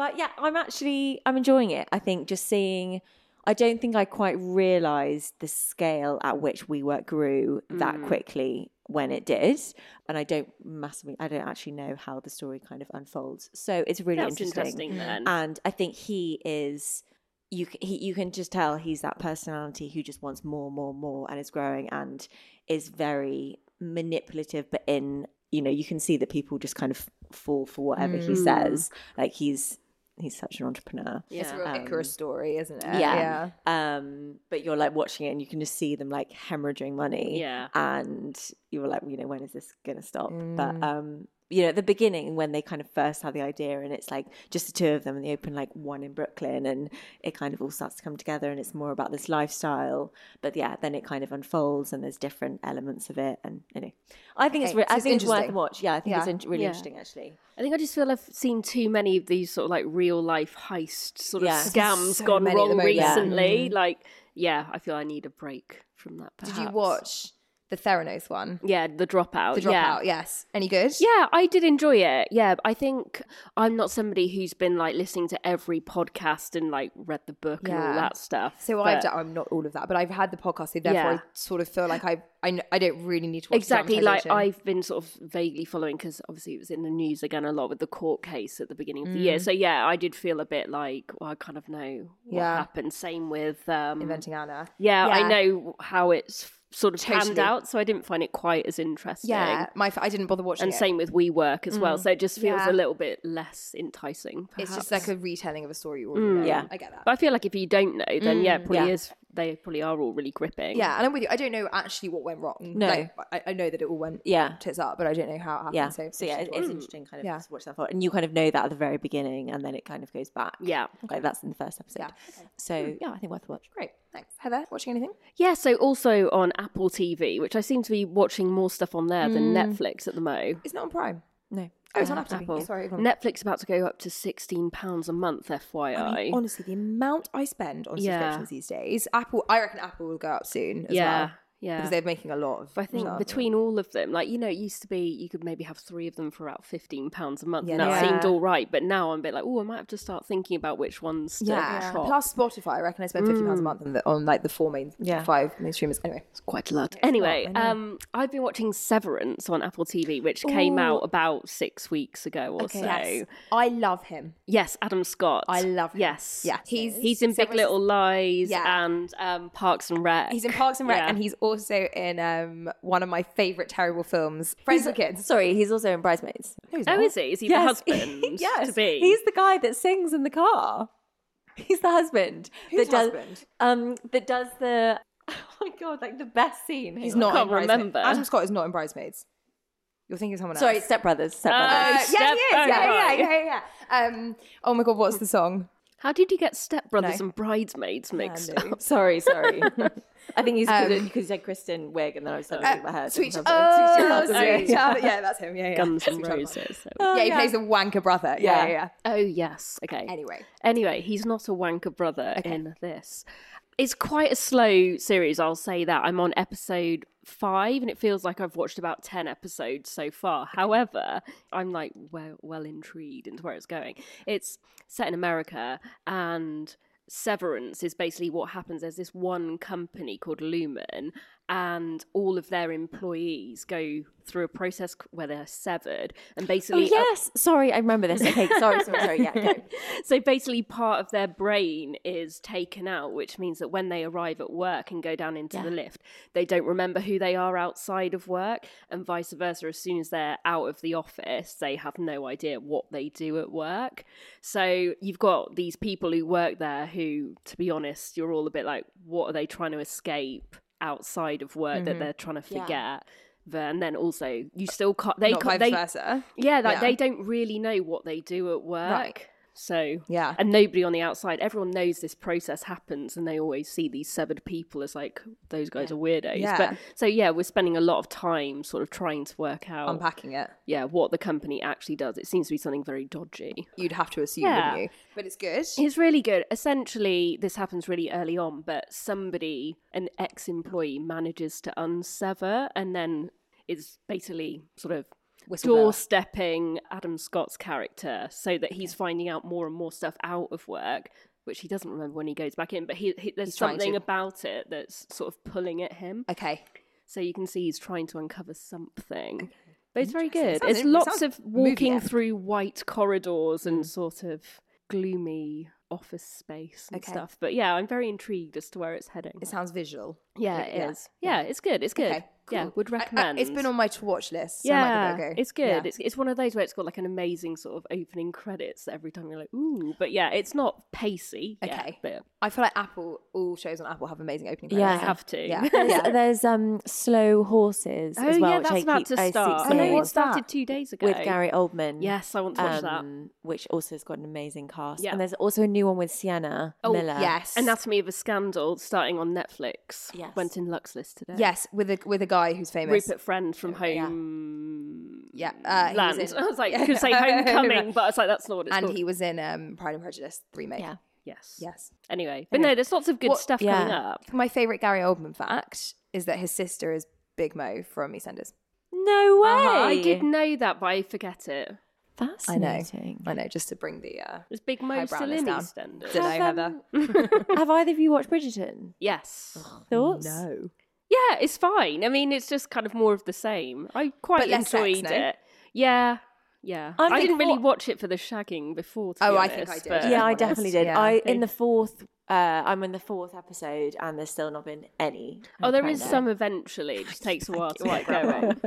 Speaker 4: but yeah, I'm actually I'm enjoying it. I think just seeing. I don't think I quite realised the scale at which WeWork grew that
Speaker 1: Mm.
Speaker 4: quickly when it did, and I don't massively. I don't actually know how the story kind of unfolds. So it's really
Speaker 7: That's interesting then.
Speaker 4: and I think he is you c- he, you can just tell he's that personality who just wants more more more and is growing and is very manipulative but in you know you can see that people just kind of fall for whatever he says like he's he's such an entrepreneur
Speaker 1: It's a real
Speaker 7: Um,
Speaker 1: Icarus story, isn't it?
Speaker 4: yeah. um but you're like watching it and you can just see them like hemorrhaging money
Speaker 7: Yeah. Mm.
Speaker 4: and you were like you know when is this gonna stop but um you know, at the beginning when they kind of first had the idea and it's like just the two of them and they open like one in Brooklyn and it kind of all starts to come together and it's more about this lifestyle. But yeah, then it kind of unfolds and there's different elements of it. And you know, I think it's,
Speaker 7: Okay,
Speaker 4: re-
Speaker 7: so
Speaker 4: I
Speaker 7: it's
Speaker 4: think it's worth a
Speaker 7: interesting.
Speaker 4: watch. Yeah, I think it's
Speaker 7: Yeah.
Speaker 4: in- really
Speaker 7: Yeah.
Speaker 4: interesting actually.
Speaker 7: I think I just feel I've seen too many of these sort of like real life heist sort of
Speaker 4: Yeah.
Speaker 7: scams
Speaker 4: So
Speaker 7: gone
Speaker 4: many at the
Speaker 7: wrong
Speaker 4: moment. Yeah.
Speaker 7: recently.
Speaker 4: Mhm.
Speaker 7: Like, yeah, I feel I need a break from that.
Speaker 1: Did you
Speaker 7: Perhaps.
Speaker 1: watch the Theranos one?
Speaker 7: Yeah, the dropout.
Speaker 1: The
Speaker 7: yeah.
Speaker 1: Dropout, yes. Any good?
Speaker 7: Yeah, I did enjoy it. Yeah, I think I'm not somebody who's been like listening to every podcast and like read the book and all
Speaker 1: Yeah.
Speaker 7: that stuff.
Speaker 1: So
Speaker 7: but-
Speaker 1: I've done, I'm not all of that, but I've had the podcast, so therefore
Speaker 7: Yeah.
Speaker 1: I sort of feel like I, I, kn- I don't really need to watch the
Speaker 7: Exactly, like
Speaker 1: dramatization.
Speaker 7: I've been sort of vaguely following because obviously it was in the news again a lot with the court case at the beginning of the year.
Speaker 1: Mm.
Speaker 7: So yeah, I did feel a bit like well, I kind of know what
Speaker 1: Yeah.
Speaker 7: happened. Same with um,
Speaker 1: inventing Anna.
Speaker 7: Yeah, I
Speaker 1: Yeah.
Speaker 7: know how it's f- sort of panned
Speaker 1: Totally.
Speaker 7: out, so I didn't find it quite as interesting.
Speaker 1: Yeah, my f- I didn't bother watching.
Speaker 7: and
Speaker 1: it.
Speaker 7: same with WeWork as well.
Speaker 1: Mm.
Speaker 7: So it just feels
Speaker 1: Yeah.
Speaker 7: a little bit less enticing.
Speaker 1: It's just
Speaker 7: perhaps.
Speaker 1: like a retelling of a story you already
Speaker 7: Mm.
Speaker 1: know.
Speaker 7: Yeah.
Speaker 1: I get that.
Speaker 7: But I feel like if you don't know, then yeah, it
Speaker 1: Mm,
Speaker 7: probably
Speaker 1: yeah.
Speaker 7: is. They probably are all really gripping.
Speaker 1: Yeah, and I'm with you. I don't know actually what went wrong.
Speaker 7: No.
Speaker 1: Like, I, I know that it all went
Speaker 4: Yeah.
Speaker 1: tits up, but I don't know how it happened.
Speaker 4: Yeah.
Speaker 1: So,
Speaker 4: So yeah, it- it's interesting kind of
Speaker 1: Yeah.
Speaker 4: to watch that for. And you kind of know that at the very beginning and then it kind of goes back.
Speaker 7: Yeah.
Speaker 4: Like that's in the first episode.
Speaker 1: Yeah.
Speaker 4: So yeah, I think worth a watch.
Speaker 1: Great. Thanks. Heather, watching anything?
Speaker 7: Yeah, so also on Apple TV, which I seem to be watching more stuff on there than
Speaker 1: Mm.
Speaker 7: Netflix at the mo.
Speaker 1: It's not on Prime.
Speaker 4: No.
Speaker 1: Oh,
Speaker 7: Ah,
Speaker 1: it's on Apple TV. Sorry, everyone.
Speaker 7: Netflix about to go up to sixteen pounds a month, FYI.
Speaker 1: I mean, honestly, the amount I spend on
Speaker 7: Yeah.
Speaker 1: subscriptions these days, Apple, I reckon Apple will go up soon as
Speaker 7: Yeah,
Speaker 1: well.
Speaker 7: yeah.
Speaker 1: Because they're making a lot of.
Speaker 7: But I think
Speaker 1: stuff.
Speaker 7: between all of them, like you know, it used to be you could maybe have three of them for about fifteen pounds a month,
Speaker 1: Yeah,
Speaker 7: and that
Speaker 1: yeah.
Speaker 7: seemed all right. But now I'm a bit like, oh, I might have to start thinking about which ones. To
Speaker 1: Yeah.
Speaker 7: Top.
Speaker 1: Plus Spotify, I reckon I spend £50 a month on, the, on like the four main,
Speaker 7: Yeah.
Speaker 1: five main streamers. Anyway, it's
Speaker 7: quite a lot. Anyway, um, I've been watching Severance on Apple TV, which came
Speaker 1: Ooh.
Speaker 7: out about six weeks ago or so.
Speaker 1: Yes. I love him.
Speaker 7: Yes, Adam Scott. I
Speaker 1: love him.
Speaker 7: Yes.
Speaker 1: Yes. He's-
Speaker 7: he's in Big
Speaker 1: Severance is-
Speaker 7: Little Lies
Speaker 1: Yeah.
Speaker 7: and um, Parks and Rec.
Speaker 1: He's in Parks and Rec,
Speaker 7: Yeah.
Speaker 1: and he's also in um, one of my favourite terrible films, Friends with Kids.
Speaker 4: Sorry, he's also in Bridesmaids.
Speaker 7: Oh, is he? Is he
Speaker 4: Yes. (laughs)
Speaker 7: the husband?
Speaker 4: yes.
Speaker 7: To be?
Speaker 4: He's the guy that sings in the car. He's the husband.
Speaker 7: Who's
Speaker 4: that does,
Speaker 7: husband?
Speaker 4: Um, that does the. (laughs) Oh my god! Like the best scene.
Speaker 1: He's
Speaker 4: Hang on.
Speaker 1: not in Bridesmaids. Adam Scott is not in Bridesmaids. You're thinking of someone else.
Speaker 4: Sorry, Step Brothers. Step
Speaker 1: Uh,
Speaker 4: Brothers.
Speaker 1: yeah, he is. Yeah, yeah, yeah, yeah, yeah. Um, oh my god, what's the song?
Speaker 7: How did you get Step Brothers
Speaker 1: No.
Speaker 7: and Bridesmaids mixed
Speaker 4: (laughs)
Speaker 7: up?
Speaker 4: Sorry, sorry. I think he's
Speaker 7: Um,
Speaker 4: because you said Kristen Wiig, and then I was suddenly
Speaker 1: Uh,
Speaker 4: in my head.
Speaker 1: Sweet,
Speaker 4: and I was like,
Speaker 1: oh,
Speaker 4: Sweet
Speaker 1: sorry,
Speaker 4: Charlotte.
Speaker 1: Charlotte. (laughs) Yeah, that's him. Yeah, yeah.
Speaker 7: Guns and
Speaker 1: Sweet Charlotte.
Speaker 7: Roses. so-
Speaker 4: Uh,
Speaker 1: yeah, he plays the wanker brother. Yeah, yeah, yeah.
Speaker 7: Oh yes. Okay.
Speaker 1: Anyway.
Speaker 7: Anyway, he's not a wanker brother in this. It's quite a slow series, I'll say that. I'm on episode five and it feels like I've watched about ten episodes so far. However, I'm like well well intrigued into where it's going. It's set in America and Severance is basically what happens. There's this one company called Lumen, and all of their employees go through a process where they're severed. And
Speaker 4: Oh
Speaker 7: basically, a-
Speaker 4: yes. Sorry, I remember this. Okay.
Speaker 1: (laughs)
Speaker 4: Sorry, sorry, sorry. Yeah. Go.
Speaker 7: so basically, part of their brain is taken out, which means that when they arrive at work and go down into the lift, they don't remember who they are outside of work, and vice versa. As soon as they're out of the office, they have no idea what they do at work. So you've got these people who work there who, to be honest, you're all a bit like, what are they trying to escape outside of work that
Speaker 1: Mhm.
Speaker 7: they're trying to
Speaker 1: Yeah.
Speaker 7: forget? And then also, you still can't. They
Speaker 1: Not
Speaker 7: can't.
Speaker 1: vice
Speaker 7: they,
Speaker 1: versa.
Speaker 7: Yeah, like
Speaker 1: Yeah.
Speaker 7: they don't really know what they do at work.
Speaker 1: Right.
Speaker 7: So
Speaker 1: Yeah.
Speaker 7: and nobody on the outside. Everyone knows this process happens, and they always see these severed people as like those guys are weirdos.
Speaker 1: Yeah.
Speaker 7: But so yeah, we're spending a lot of time sort of trying to work out
Speaker 1: Unpacking it.
Speaker 7: Yeah, what the company actually does. It seems to be something very dodgy.
Speaker 1: You'd have to assume,
Speaker 7: Yeah.
Speaker 1: wouldn't you? But it's good.
Speaker 7: It's really good. Essentially, this happens really early on, but somebody, an ex employee, manages to unsever and then it's basically sort of
Speaker 1: Whistleblower.
Speaker 7: doorstepping Adam Scott's character so that he's finding out more and more stuff out of work, which he doesn't remember when he goes back in, but he, he, there's
Speaker 1: He's trying
Speaker 7: something
Speaker 1: to.
Speaker 7: about it that's sort of pulling at him.
Speaker 1: Okay.
Speaker 7: So you can see he's trying to uncover something. But it's very good.
Speaker 1: Sounds
Speaker 7: it's
Speaker 1: in-
Speaker 7: lots
Speaker 1: sounds
Speaker 7: of walking
Speaker 1: movie-esque. Mm.
Speaker 7: through white corridors and sort of gloomy office space and
Speaker 1: Okay.
Speaker 7: stuff. But yeah, I'm very intrigued as to where it's heading.
Speaker 1: It sounds visual.
Speaker 7: yeah,
Speaker 1: Like,
Speaker 7: it is. yeah. it's good. It's good.
Speaker 1: Okay.
Speaker 7: Yeah, would
Speaker 1: I- I-
Speaker 7: recommend.
Speaker 1: Uh, it's been on my to watch list. so I might give
Speaker 7: yeah,
Speaker 1: it a go.
Speaker 7: it's good.
Speaker 1: Yeah.
Speaker 7: It's it's one of those where it's got like an amazing sort of opening credits that every time you're like, ooh, but yeah, it's not pacey. yet,
Speaker 1: Okay.
Speaker 7: but
Speaker 1: I feel like Apple, all shows on Apple have amazing opening
Speaker 4: Yeah.
Speaker 1: credits.
Speaker 7: I have to. (laughs)
Speaker 1: Yeah.
Speaker 4: There's, there's, um slow horses as
Speaker 7: Oh,
Speaker 4: well.
Speaker 7: yeah,
Speaker 4: which
Speaker 7: that's
Speaker 4: I
Speaker 7: about
Speaker 4: keep,
Speaker 7: to
Speaker 4: I keep
Speaker 7: start.
Speaker 1: Oh, no,
Speaker 4: seeing
Speaker 1: what's
Speaker 7: started
Speaker 1: that?
Speaker 7: two days ago
Speaker 4: with Gary Oldman.
Speaker 7: Yes, I want to watch that.
Speaker 4: um, Which also has got an amazing cast.
Speaker 7: Yeah.
Speaker 4: And there's also a new one with Sienna
Speaker 7: Oh,
Speaker 4: Miller.
Speaker 1: Yes.
Speaker 7: Anatomy of a Scandal starting on Netflix.
Speaker 4: Yes.
Speaker 7: Went in Lux list today.
Speaker 1: (laughs) Yes, with a with a guy who's famous.
Speaker 7: Rupert Friend from Home
Speaker 1: Yeah, uh, he
Speaker 7: Land.
Speaker 1: was in-
Speaker 7: (laughs) I was like, I could
Speaker 1: (laughs)
Speaker 7: say Homecoming, but I was like, that's not what it's
Speaker 1: and
Speaker 7: called.
Speaker 1: he was in um, Pride and Prejudice the remake.
Speaker 4: Yeah.
Speaker 7: yes.
Speaker 1: Yes.
Speaker 7: Anyway, but no, there's lots of good
Speaker 1: What-
Speaker 7: stuff
Speaker 4: yeah.
Speaker 7: coming up.
Speaker 1: My favorite Gary Oldman fact is that his sister is Big Mo from EastEnders.
Speaker 4: No way.
Speaker 1: Uh-huh,
Speaker 7: I did know that, but I forget it.
Speaker 1: I know.
Speaker 4: (laughs) Fascinating.
Speaker 1: I know. Just to bring the uh,
Speaker 7: Was Big Mo
Speaker 1: highbrowness
Speaker 7: still in
Speaker 1: down.
Speaker 7: EastEnders?
Speaker 1: Dunno,
Speaker 4: Have,
Speaker 1: Heather.
Speaker 4: Have either of you watched Bridgerton?
Speaker 7: Yes.
Speaker 4: Thoughts?
Speaker 1: No.
Speaker 7: Yeah, it's fine. I mean, it's just kind of more of the same. I quite
Speaker 1: But less sex,
Speaker 7: enjoyed
Speaker 1: no?
Speaker 7: it. Yeah. Yeah.
Speaker 4: I
Speaker 7: I,
Speaker 4: think
Speaker 7: didn't really
Speaker 4: what-
Speaker 7: watch it for the shagging before. To be
Speaker 1: Oh, I think
Speaker 7: honest,
Speaker 1: I did.
Speaker 7: but-
Speaker 4: Yeah, I
Speaker 1: Honest,
Speaker 4: definitely did.
Speaker 1: yeah.
Speaker 4: I in the fourth. Uh, I'm in the fourth episode, and there's still not been any.
Speaker 7: Oh, there is
Speaker 4: Outlander.
Speaker 7: some eventually.
Speaker 1: (laughs)
Speaker 7: It just takes a while to like go on.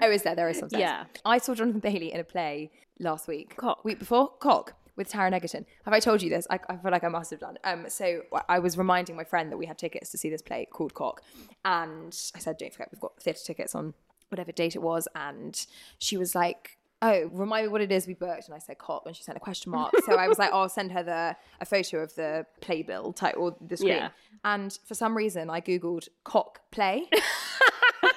Speaker 1: Oh, is there? There is something.
Speaker 7: Yeah.
Speaker 1: I saw Jonathan Bailey in a play last week.
Speaker 7: Cock.
Speaker 1: Week before? Cock. With Taron Egerton. Have I told you this? I, I feel like I must have done. Um, so I was reminding my friend that we had tickets to see this play called Cock. And I said, don't forget, we've got theatre tickets on whatever date it was. And she was like, oh, remind me what it is we booked. And I said Cock. And she sent a question mark. So I was like, oh, I'll send her the a photo of the playbill type or the screen.
Speaker 7: Yeah.
Speaker 1: And for some reason, I Googled Cock
Speaker 4: (laughs)
Speaker 1: Play.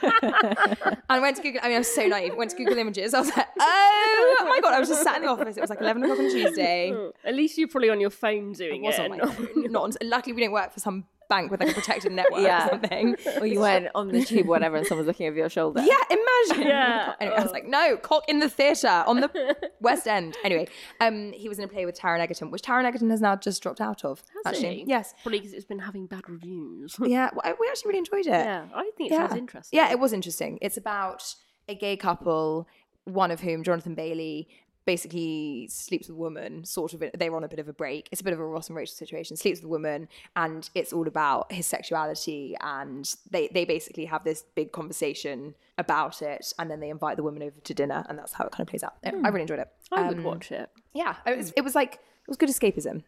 Speaker 1: And I went to Google. I mean, I was so naive. Went to Google Images. I was like, oh my god! I was just sat in the office. It was like eleven o'clock on
Speaker 4: (laughs)
Speaker 1: Tuesday.
Speaker 7: At least you're probably on your phone doing
Speaker 1: Was
Speaker 7: it.
Speaker 1: on my phone. Not on, luckily, we don't work for some bank with like a
Speaker 4: (laughs)
Speaker 1: protected network
Speaker 4: Yeah.
Speaker 1: or something.
Speaker 4: Or you went on the tube, whatever, and someone's looking over your shoulder.
Speaker 1: Yeah, imagine.
Speaker 7: Yeah. Oh.
Speaker 1: Anyway, I was like, no, cock in the theatre on the
Speaker 7: (laughs)
Speaker 1: West End. Anyway, um, he was in a play with Taron Egerton, which Taron Egerton has now just dropped out of. actually,
Speaker 7: he? (laughs)
Speaker 1: yes,
Speaker 7: Probably because it's been having bad reviews.
Speaker 1: yeah. Well, I- we actually really enjoyed it.
Speaker 7: yeah, (laughs) I think it sounds interesting.
Speaker 1: Ah, Yeah, it was interesting. It's about a gay couple, one of whom, Jonathan Bailey, basically sleeps with a woman, sort of. They were on a bit of a break. It's a bit of a Ross and Rachel situation. Sleeps with a woman, and it's all about his sexuality. And they, they basically have this big conversation about it, and then they invite the woman over to dinner, and that's how it kind of plays out. I- I really enjoyed it.
Speaker 7: I
Speaker 1: Um,
Speaker 7: would watch it.
Speaker 1: Yeah, it was, it was like, it was good escapism.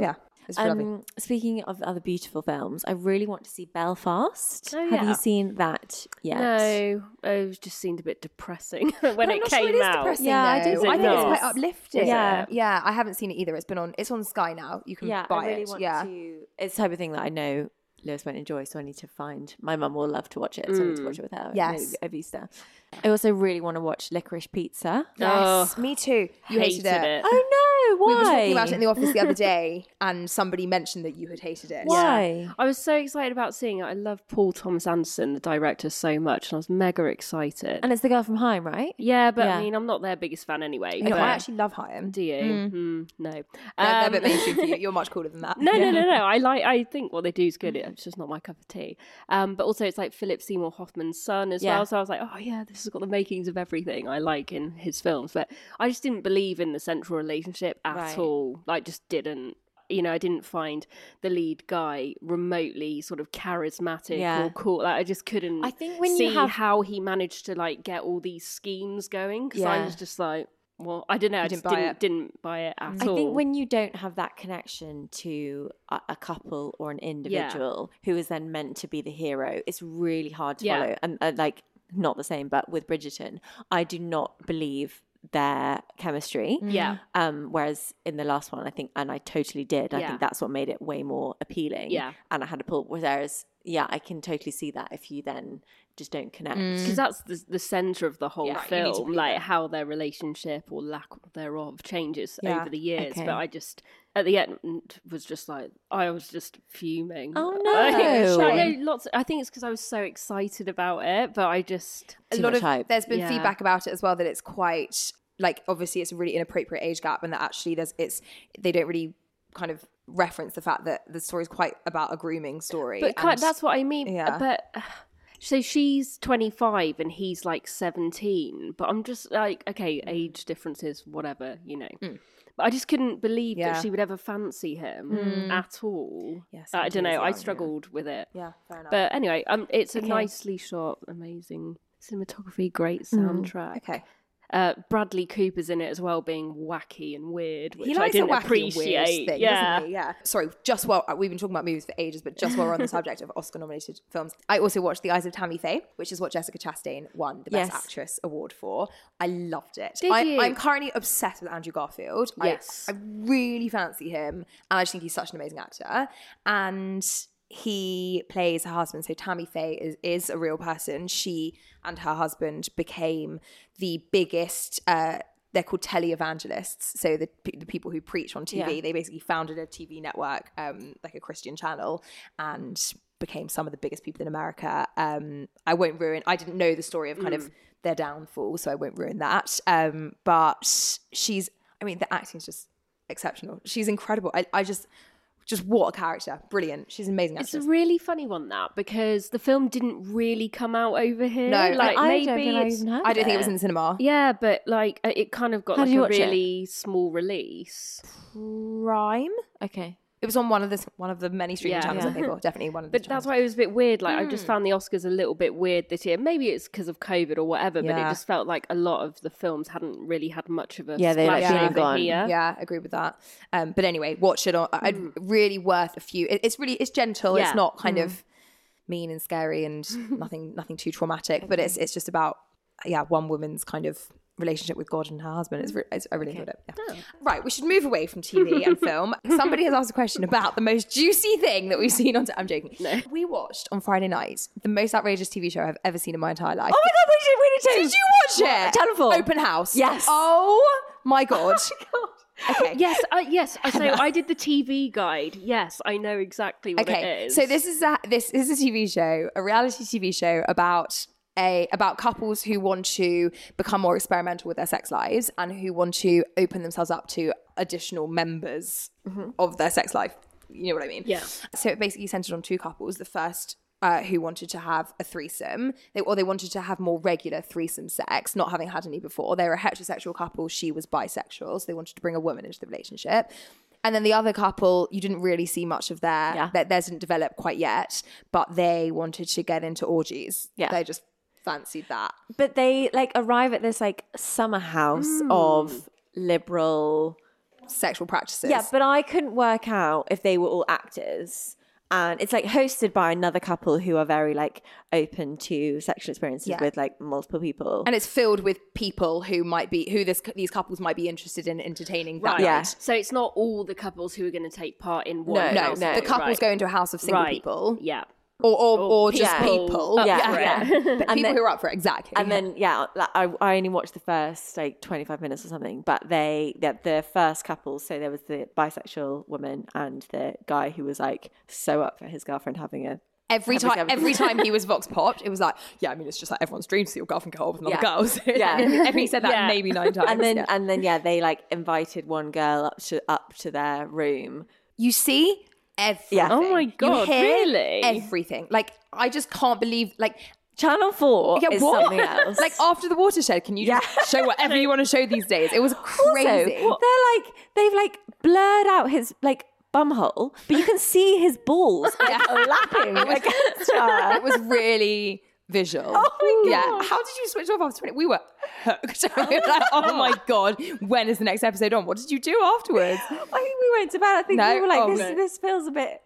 Speaker 1: Yeah. It's lovely.
Speaker 4: Um, speaking of other beautiful films, I really want to see Belfast.
Speaker 7: Oh,
Speaker 4: Have
Speaker 7: yeah.
Speaker 4: you seen that yet?
Speaker 7: No, Oh, it was- just seemed a bit depressing (laughs)
Speaker 1: I'm
Speaker 7: when it
Speaker 1: not
Speaker 7: came
Speaker 1: sure it is
Speaker 7: out.
Speaker 1: depressing,
Speaker 4: Yeah, I
Speaker 1: though.
Speaker 4: do
Speaker 1: I,
Speaker 7: think
Speaker 1: think
Speaker 7: it
Speaker 1: it's
Speaker 7: is.
Speaker 1: quite uplifting.
Speaker 4: Is
Speaker 1: Yeah,
Speaker 4: it?
Speaker 1: yeah. I haven't seen it either. It's been on. It's on Sky now. You can
Speaker 4: Yeah,
Speaker 1: buy
Speaker 4: I really
Speaker 1: it.
Speaker 4: want
Speaker 1: yeah.
Speaker 4: to. It's the type of thing that I know Lewis won't enjoy, so I need to find. My mum will love to watch it, so I need to watch it with her.
Speaker 1: Yes.
Speaker 4: maybe over Easter. I also really want to watch Licorice Pizza.
Speaker 1: Yes, me too. You hated, it.
Speaker 4: Oh no! Why?
Speaker 1: We were talking about it in the office the other day, and somebody mentioned that you had hated it.
Speaker 4: Why?
Speaker 7: I was so excited about seeing it. I love Paul Thomas Anderson, the director, so much, and I was mega excited.
Speaker 4: And it's the girl from Home, right?
Speaker 7: yeah, but
Speaker 4: Yeah.
Speaker 7: I mean, I'm not their biggest fan anyway.
Speaker 1: You know,
Speaker 7: but-
Speaker 1: I actually love Hyam.
Speaker 7: do you? Mm, no,
Speaker 1: They're, they're a
Speaker 7: Um,
Speaker 1: bit mainstream for you. You're much cooler than that.
Speaker 7: No, no, no, no. I like. I think what they do is good. It's just not my cup of tea. Um, but also it's like Philip Seymour Hoffman's son as
Speaker 4: Yeah.
Speaker 7: well. So I was like, oh yeah, this has got the makings of everything I like in his films. But I just didn't believe in the central relationship at
Speaker 4: Right.
Speaker 7: all. Like, just didn't. You know, I didn't find the lead guy remotely sort of charismatic
Speaker 4: Yeah.
Speaker 7: or cool. Like, I just couldn't.
Speaker 4: I think when
Speaker 7: see
Speaker 4: you have-
Speaker 7: how he managed to like get all these schemes going, because I
Speaker 4: Yeah.
Speaker 7: was just like, well, I don't know. I
Speaker 1: didn't
Speaker 7: just
Speaker 1: buy
Speaker 7: didn't
Speaker 1: it.
Speaker 7: didn't buy it at
Speaker 4: I
Speaker 7: all.
Speaker 4: think when you don't have that connection to a, a couple or an individual who is then meant to be the hero, it's really hard to
Speaker 7: Yeah.
Speaker 4: follow. And uh, like, not the same, but with Bridgerton, I do not believe their chemistry.
Speaker 7: yeah,
Speaker 4: Um, whereas in the last one, I think, and I totally did. I
Speaker 7: Yeah.
Speaker 4: think that's what made it way more appealing.
Speaker 7: Yeah.
Speaker 4: and I had a pull. Whereas, yeah, I can totally see that if you then just don't connect.
Speaker 7: because that's the, the center of the whole
Speaker 4: Mm. Yeah. Right, you need to
Speaker 7: film
Speaker 4: be
Speaker 7: like
Speaker 4: there.
Speaker 7: how their relationship or lack thereof changes
Speaker 4: Yeah,
Speaker 7: over the years
Speaker 4: okay.
Speaker 7: but i just at the end was just like i was just fuming
Speaker 4: Oh,
Speaker 7: I,
Speaker 4: no.
Speaker 7: I know lots i think it's because i was so excited about it but i just
Speaker 1: a
Speaker 4: Too
Speaker 1: lot
Speaker 4: much
Speaker 1: of
Speaker 4: hype.
Speaker 1: there's been
Speaker 7: Yeah.
Speaker 1: feedback about it as well that it's quite like obviously it's a really inappropriate age gap and that actually there's it's they don't really kind of reference the fact that the story's quite about a grooming story.
Speaker 7: but quite,
Speaker 1: and-
Speaker 7: that's what i mean
Speaker 1: yeah.
Speaker 7: but uh, So she's 25 and he's like 17, but I'm just like, okay, age differences, whatever, you know. But I just couldn't believe
Speaker 3: Yeah.
Speaker 7: that she would ever fancy him
Speaker 3: Mm.
Speaker 7: at all.
Speaker 4: Yeah,
Speaker 7: I don't
Speaker 4: 17 is
Speaker 7: know. I
Speaker 4: young, yeah.
Speaker 7: struggled with it.
Speaker 4: Yeah, fair enough.
Speaker 7: But anyway, um, it's a
Speaker 4: Okay.
Speaker 7: nicely shot, amazing cinematography, great
Speaker 4: Mm,
Speaker 7: soundtrack.
Speaker 4: okay.
Speaker 7: Uh, Bradley Cooper's in it as well, being wacky and weird, which
Speaker 1: he
Speaker 7: I
Speaker 1: likes
Speaker 7: didn't
Speaker 1: a wacky and
Speaker 7: appreciate.
Speaker 1: weird thing,
Speaker 7: yeah,
Speaker 1: doesn't he? Yeah. Sorry, just while uh, we've been talking about movies for ages, but just while
Speaker 7: (laughs)
Speaker 1: we're on the subject of Oscar-nominated films, I also watched The Eyes of Tammy Faye, which is what Jessica Chastain won the
Speaker 4: Yes.
Speaker 1: Best Actress award for. I loved it.
Speaker 7: Did
Speaker 1: I,
Speaker 7: you?
Speaker 1: I'm currently obsessed with Andrew Garfield. I-
Speaker 7: Yes.
Speaker 1: I, really fancy him, and I just think he's such an amazing actor. And he plays her husband. So Tammy Faye is, is a real person. She and her husband became the biggest. Uh, they're called televangelists. So the, pe- the people who preach on TV,
Speaker 4: Yeah.
Speaker 1: they basically founded a TV network, um, like a Christian channel, and became some of the biggest people in America. Um, I won't ruin. I didn't know the story of kind of their downfall, so I won't ruin that. Um, but she's, I mean, the acting is just exceptional. She's incredible. I, I just, just what a character. Brilliant. She's an amazing
Speaker 7: It's
Speaker 1: actress.
Speaker 7: a really funny one that because the film didn't really come out over here.
Speaker 1: No,
Speaker 7: like
Speaker 4: I
Speaker 7: maybe
Speaker 4: don't think I
Speaker 7: it's-
Speaker 4: even heard
Speaker 1: I don't think it
Speaker 4: it.
Speaker 1: was in the cinema.
Speaker 7: yeah, but like uh, it kind of got
Speaker 4: How
Speaker 7: like
Speaker 4: did you
Speaker 7: a
Speaker 4: watch it?
Speaker 7: really small release.
Speaker 1: Prime.
Speaker 4: Okay.
Speaker 1: It was on one of the one of the many streaming
Speaker 7: Yeah.
Speaker 1: channels. I
Speaker 7: Yeah.
Speaker 1: think, or definitely one of the.
Speaker 7: But that's why it was a bit weird. Like I
Speaker 4: Hmm.
Speaker 7: just found the Oscars a little bit weird this year. Maybe it's because of COVID or whatever, but it
Speaker 1: Yeah.
Speaker 7: just felt like a lot of the films hadn't really had much of a
Speaker 4: Yeah, they, like,
Speaker 7: splash
Speaker 4: been
Speaker 7: over
Speaker 4: gone.
Speaker 7: here.
Speaker 1: Yeah, agree with that. Um, but anyway, watch it. On, I'd
Speaker 4: Mm.
Speaker 1: really worth a few. It, it's really it's gentle.
Speaker 7: Yeah.
Speaker 1: It's not kind of mean and scary
Speaker 4: (laughs)
Speaker 1: and nothing nothing too traumatic. But it's it's just about yeah one woman's kind of relationship with God and her husband. It's, re- it's I really enjoyed it. Yeah.
Speaker 4: Oh.
Speaker 1: Right, we should move away from TV
Speaker 4: (laughs)
Speaker 1: and film. Somebody has asked a question about the most juicy thing that we've seen on. T- I'm joking. No, we watched on Friday night the most outrageous TV show I've ever seen in my entire life.
Speaker 4: Oh my god, we did we did
Speaker 1: Did you watch it?
Speaker 4: Channel four.
Speaker 1: Open House.
Speaker 4: Yes.
Speaker 1: Oh my
Speaker 4: (laughs)
Speaker 1: god. Okay.
Speaker 7: Yes, I yes. I- So I did the TV guide. Yes, I know exactly what it
Speaker 1: Okay.
Speaker 7: is.
Speaker 1: So this is a this is a TV show, a reality TV show about a about couples who want to become more experimental with their sex lives and who want to open themselves up to additional members of their sex life. You know what I mean?
Speaker 7: Yeah.
Speaker 1: So it basically centered on two couples. The first uh, who wanted to have a threesome, they, or they wanted to have more regular threesome sex, not having had any before. They were a heterosexual couple. She was bisexual, so they wanted to bring a woman into the relationship. And then the other couple, you didn't really see much of their
Speaker 4: Yeah.
Speaker 1: that theirs didn't develop quite yet, but they wanted to get into orgies.
Speaker 4: Yeah.
Speaker 1: they just fancied that.
Speaker 4: but they like arrive at this like summer house of liberal
Speaker 1: sexual practices.
Speaker 4: yeah but i couldn't work out if they were all actors and it's like hosted by another couple who are very like open to sexual experiences
Speaker 1: Yeah.
Speaker 4: with like multiple people
Speaker 1: and it's filled with people who might be who this these couples might be interested in entertaining. That
Speaker 7: Right.
Speaker 1: night.
Speaker 4: Yeah.
Speaker 7: So it's not all the couples who are going to take part in one.
Speaker 4: No,
Speaker 1: No,
Speaker 7: house.
Speaker 4: no.
Speaker 1: the couples
Speaker 7: Right.
Speaker 1: go into a house of single
Speaker 7: Right.
Speaker 1: people,
Speaker 7: Yeah.
Speaker 1: or or, or,
Speaker 7: Or
Speaker 1: just
Speaker 7: people
Speaker 1: people,
Speaker 7: up
Speaker 4: Yeah,
Speaker 1: yeah,
Speaker 4: for
Speaker 7: (laughs)
Speaker 4: it.
Speaker 1: yeah. But people
Speaker 4: then-
Speaker 1: who are up for it, exactly.
Speaker 4: and then yeah like, I, I only watched the first like 25 minutes or something but they yeah, the first couple so there was the bisexual woman and the guy who was like so up for his girlfriend having a
Speaker 1: every
Speaker 4: every
Speaker 1: time,
Speaker 4: time-
Speaker 1: every time he was (laughs) vox popped, it was like, yeah, I mean, it's just like everyone's dream to see your girlfriend get off with another
Speaker 4: Yeah.
Speaker 1: girl. (laughs) So
Speaker 4: Yeah.
Speaker 1: yeah, he said that
Speaker 7: Yeah.
Speaker 1: maybe (laughs) nine times.
Speaker 4: and then
Speaker 1: yeah.
Speaker 4: and then yeah they like invited one girl up to up to their room
Speaker 1: you see everything.
Speaker 4: Oh
Speaker 7: my
Speaker 1: You
Speaker 7: God,
Speaker 1: hear
Speaker 7: really?
Speaker 1: Everything. Like I just can't believe. Like
Speaker 4: channel 4
Speaker 1: yeah,
Speaker 4: is
Speaker 1: what? (laughs)
Speaker 4: something else
Speaker 1: Like after the watershed, can you just show whatever you want to show these days? It (laughs) was crazy.
Speaker 4: Also, they're like they've like blurred out his (laughs) like bumhole, but you can see his (laughs) balls like, lapping
Speaker 1: (laughs)
Speaker 4: against her.
Speaker 1: it was really visual. Oh my god! Yeah. How did you switch off after 20? We were hooked. (laughs) we were like, oh my god, when is the next episode on? What did you do afterwards?
Speaker 4: I think we went to bed. I think
Speaker 1: No?
Speaker 4: we were like,
Speaker 1: Oh,
Speaker 4: this,
Speaker 1: no.
Speaker 4: this feels a bit.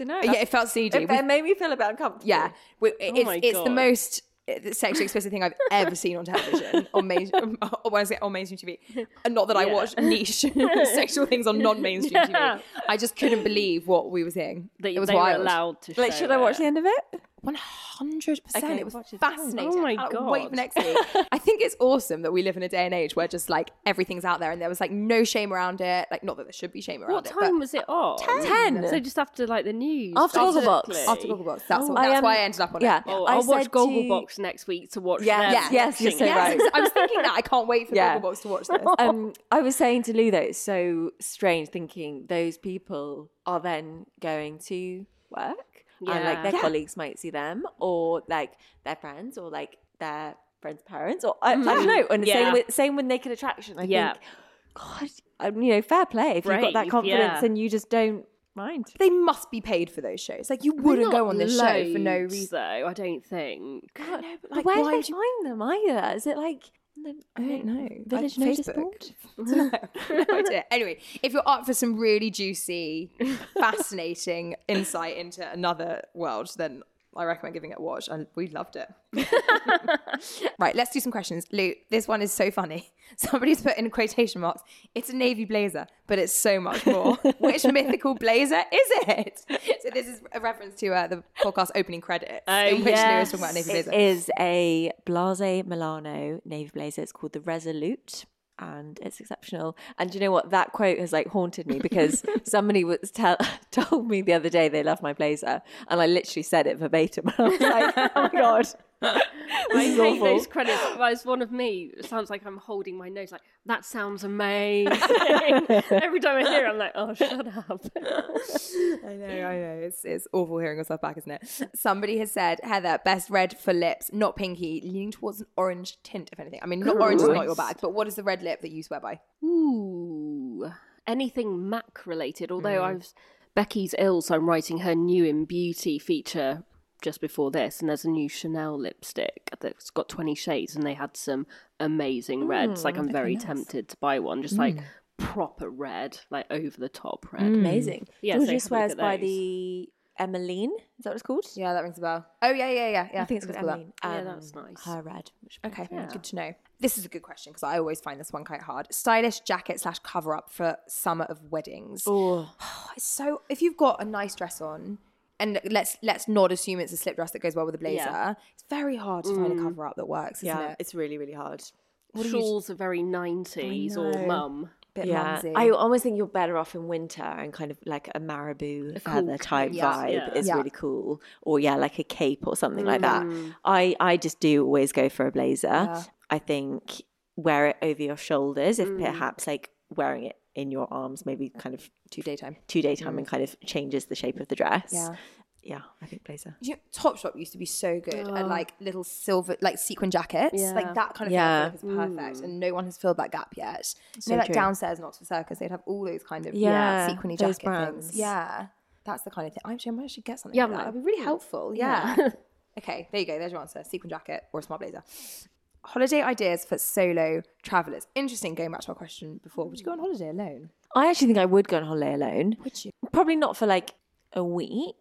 Speaker 4: I don't know.
Speaker 1: yeah, it felt seedy.
Speaker 4: It,
Speaker 1: We-
Speaker 4: it made me feel a bit uncomfortable.
Speaker 1: yeah, We- it's,
Speaker 7: Oh my
Speaker 1: it's the
Speaker 7: God.
Speaker 1: most uh, sexually explicit thing I've ever seen on
Speaker 7: (laughs)
Speaker 1: television on mainstream. when I say on mainstream TV, and not that I watch
Speaker 7: (laughs)
Speaker 1: niche (laughs) sexual things on non-mainstream TV. I just couldn't believe what we were seeing.
Speaker 7: That
Speaker 1: it was
Speaker 7: they
Speaker 1: wild.
Speaker 7: were allowed to.
Speaker 4: Like,
Speaker 7: show
Speaker 4: should I watch
Speaker 7: it.
Speaker 4: the end of it?
Speaker 1: One hundred percent.
Speaker 4: Okay,
Speaker 1: It was
Speaker 4: watch it.
Speaker 1: fascinating.
Speaker 7: Oh my
Speaker 1: I can't Wait for
Speaker 7: God. (laughs)
Speaker 1: next (laughs) week. I think it's awesome that we live in a day and age where just like everything's out there, and there was like no shame around it. Like, not that there should be shame around
Speaker 7: What
Speaker 1: it.
Speaker 7: time was it on?
Speaker 4: Ten.
Speaker 7: So just after like the news.
Speaker 4: After
Speaker 7: basically.
Speaker 4: Gogglebox.
Speaker 1: After Gogglebox, that's,
Speaker 4: Oh,
Speaker 1: that's
Speaker 4: I, um,
Speaker 1: why I ended up on
Speaker 4: yeah.
Speaker 1: it.
Speaker 7: Oh,
Speaker 4: I
Speaker 7: I'll watch
Speaker 4: said to-
Speaker 7: Gogglebox next week to watch.
Speaker 4: Yeah.
Speaker 7: them
Speaker 4: Yeah. Yes, you're
Speaker 7: watching
Speaker 4: so
Speaker 7: it.
Speaker 4: right.
Speaker 1: (laughs) I was thinking that I can't wait for
Speaker 4: Yeah.
Speaker 1: Gogglebox to watch (laughs) this.
Speaker 4: (laughs) um, I was saying to Lou though, it's so strange thinking those people are then going to work and like their
Speaker 7: Yeah.
Speaker 4: colleagues might see them or like their friends or like their friends' parents or I, I don't know. And the
Speaker 7: Yeah.
Speaker 4: same with same with naked attraction. I
Speaker 7: Yeah.
Speaker 4: think God, um, you know, fair play if you've got that
Speaker 7: Brave,
Speaker 4: confidence
Speaker 7: yeah.
Speaker 4: and you just don't mind.
Speaker 1: They must be paid for those shows. Like you wouldn't go on this show for no
Speaker 7: Loads,
Speaker 1: reason.
Speaker 7: Though I don't think.
Speaker 4: God, no, but
Speaker 1: like,
Speaker 4: where do
Speaker 1: why
Speaker 4: they
Speaker 1: would you-
Speaker 4: find them either? Is it like on the-
Speaker 1: I don't know.
Speaker 4: Village
Speaker 1: like
Speaker 4: notice
Speaker 1: Facebook?
Speaker 4: board?
Speaker 1: (laughs) no, no idea. Anyway, if you're up for some really (laughs) juicy, fascinating insight into another world, then I recommend giving it a watch. And we loved (laughs) it. right, let's do some questions. Lou, this one is so funny. (laughs) Somebody's put in quotation marks, it's a navy blazer, but it's so much (laughs) more. Which mythical blazer is it? So this is a reference to uh, the podcast opening credits, in which Lou is talking about a navy
Speaker 4: It
Speaker 1: blazer.
Speaker 4: is a Blase Milano navy blazer. It's called the Resolute. And it's exceptional. And do you know what? That quote has like haunted me because somebody was tell (laughs) told me the other day they love my blazer, and I literally said it verbatim. (laughs) I was like, oh my god,
Speaker 7: (laughs) I
Speaker 4: this is
Speaker 7: hate
Speaker 4: awful.
Speaker 7: those credits. As one of me, it sounds like I'm holding my nose. Like that sounds amazing. (laughs) Every time I hear, it, I'm like, oh, shut up.
Speaker 1: I know, I know. It's, it's awful hearing yourself back, isn't it? Somebody has said, Heather, best red for lips, not pinky, leaning towards an orange tint, if anything. I mean, not orange is not your bag, but what is the red lip that you swear by?
Speaker 7: Ooh, anything Mac related. Although
Speaker 4: Mm.
Speaker 7: I was Becky's ill, so I'm writing her new in beauty feature just before this, and there's a new Chanel lipstick that's got 20 shades, and they had some amazing reds.
Speaker 4: Mm,
Speaker 7: Like I'm very tempted to buy one, just like proper red, like over the top red.
Speaker 4: Mm. Amazing.
Speaker 7: Yeah, so
Speaker 4: Georgia
Speaker 7: have a look
Speaker 4: swears
Speaker 7: at
Speaker 4: by
Speaker 7: those.
Speaker 4: the Emmeline. Is that what it's called?
Speaker 1: Yeah, that rings a bell. Oh, yeah, yeah, yeah. yeah.
Speaker 4: I think it's called
Speaker 1: that.
Speaker 4: Emmeline.
Speaker 7: Yeah, that's nice.
Speaker 4: Her red. which-
Speaker 1: Okay, good to know. This is a good question because I always find this one quite hard. Stylish jacket slash cover up for summer of weddings.
Speaker 4: Oh.
Speaker 1: (sighs) It's so if you've got a nice dress on, and let's let's not assume it's a slip dress that goes well with a blazer. It's very hard to find a cover up that works, isn't
Speaker 4: Mm. Yeah,
Speaker 1: it?
Speaker 4: it's really, really hard.
Speaker 7: Shawls are very 90s or mum.
Speaker 1: bit mumsy.
Speaker 4: I almost think you're better off in winter and kind of like a marabou feather type
Speaker 1: Yeah.
Speaker 4: vibe
Speaker 7: Yeah.
Speaker 4: is
Speaker 1: Yeah. Mm.
Speaker 4: really cool, or yeah, like a cape or something like that. I I just do always go for a blazer. I think wear it over your shoulders, if
Speaker 1: Mm.
Speaker 4: perhaps like wearing it in your arms, maybe kind of
Speaker 1: to daytime. Mm.
Speaker 4: two daytime and kind of changes the shape of the dress.
Speaker 1: Yeah.
Speaker 4: yeah, I think blazer.
Speaker 1: Do You know, Topshop used to be so good at like little silver, like sequin jackets, like that kind of
Speaker 4: Yeah.
Speaker 1: yeah. thing. I feel like is perfect, and no one has filled that gap yet. you know, like downstairs in Oxford Circus, they'd have all those kind of yeah,
Speaker 4: Yeah,
Speaker 1: sequiny
Speaker 4: those
Speaker 1: jacket
Speaker 4: brands.
Speaker 1: things. Yeah, that's the kind of thing. I'm sure I should get something.
Speaker 7: Yeah,
Speaker 1: like that.
Speaker 7: I'm
Speaker 1: would be really helpful. Yeah. (laughs) okay, there you go. There's your answer: sequin jacket or a smart blazer. Holiday ideas for solo travelers. Interesting. Going back to our question before, would you go on holiday alone?
Speaker 4: I actually think I would go on holiday alone.
Speaker 1: Would you?
Speaker 4: Probably not for like a week,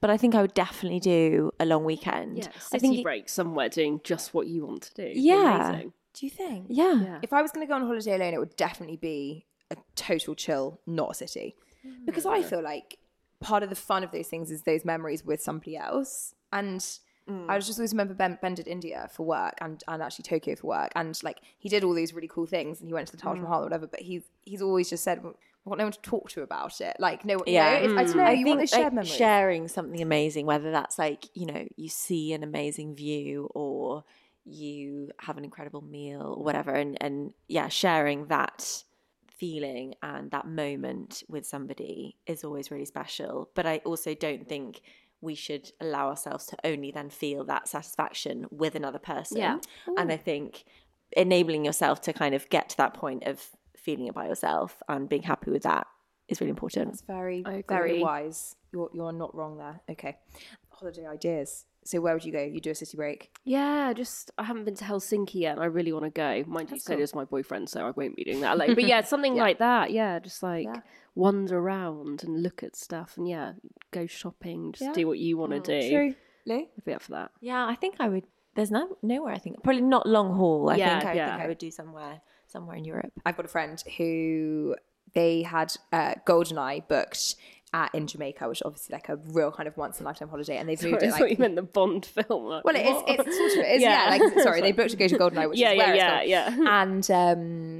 Speaker 4: but I think I would definitely do a long weekend.
Speaker 7: Yeah,
Speaker 4: I
Speaker 7: city
Speaker 4: think it-
Speaker 7: break somewhere doing just what you want to do.
Speaker 4: Yeah.
Speaker 7: Amazing.
Speaker 1: Do you think?
Speaker 4: yeah.
Speaker 1: If I was going to go on holiday alone, it would definitely be a total chill, not a city. Because I feel like part of the fun of those things is those memories with somebody else. And
Speaker 7: Mm.
Speaker 1: I just always remember ben, ben did India for work and, and actually Tokyo for work. And like he did all these really cool things and he went to the Taj
Speaker 4: Mm.
Speaker 1: Mahal or whatever, but he's, he's always just said, well, I want no one to talk to about it. Like, no,
Speaker 4: Yeah. Mm.
Speaker 1: yeah. I don't know.
Speaker 4: I
Speaker 1: you
Speaker 4: think
Speaker 1: want those shared
Speaker 4: like,
Speaker 1: memories.
Speaker 4: sharing something amazing, whether that's like you know you see an amazing view or you have an incredible meal or whatever, and and yeah, sharing that feeling and that moment with somebody is always really special. But I also don't think we should allow ourselves to only then feel that satisfaction with another person.
Speaker 7: Yeah.
Speaker 4: And I think enabling yourself to kind of get to that point of feeling it by yourself and being happy with that is really important.
Speaker 1: That's very,
Speaker 7: I
Speaker 1: very
Speaker 7: agree.
Speaker 1: wise. You're, you're not wrong there. Okay. Holiday ideas. So where would you go? You do a city break.
Speaker 7: Yeah, just I haven't been to Helsinki yet, and I really want to go. Mind you, so does my boyfriend, so I won't be doing that. Like, but
Speaker 1: (laughs)
Speaker 7: yeah, something like that. Yeah, just like wander around and look at stuff, and yeah, go shopping. Just do what you want to do.
Speaker 1: Oh, Lou?
Speaker 7: I'd be up for that.
Speaker 4: Yeah, I think I would. There's no nowhere I think probably not long haul. I
Speaker 7: Yeah,
Speaker 4: think I
Speaker 7: yeah.
Speaker 4: think I would do somewhere somewhere in Europe.
Speaker 1: I've got a friend who they had uh, Goldeneye booked uh, in Jamaica, which is obviously like a real kind of once in a lifetime holiday, and they've moved
Speaker 7: Sorry, (laughs) I
Speaker 1: it
Speaker 7: thought you
Speaker 1: like.
Speaker 7: meant the Bond film. Like,
Speaker 1: Well, it is,
Speaker 7: what?
Speaker 1: it's
Speaker 7: (laughs)
Speaker 1: sort of it is, yeah.
Speaker 7: Yeah.
Speaker 1: Like, sorry, they booked to go to Goldeneye, which
Speaker 7: (laughs) Yeah,
Speaker 1: is
Speaker 7: yeah,
Speaker 1: where
Speaker 7: yeah,
Speaker 1: it's
Speaker 7: yeah. (laughs)
Speaker 1: filmed. And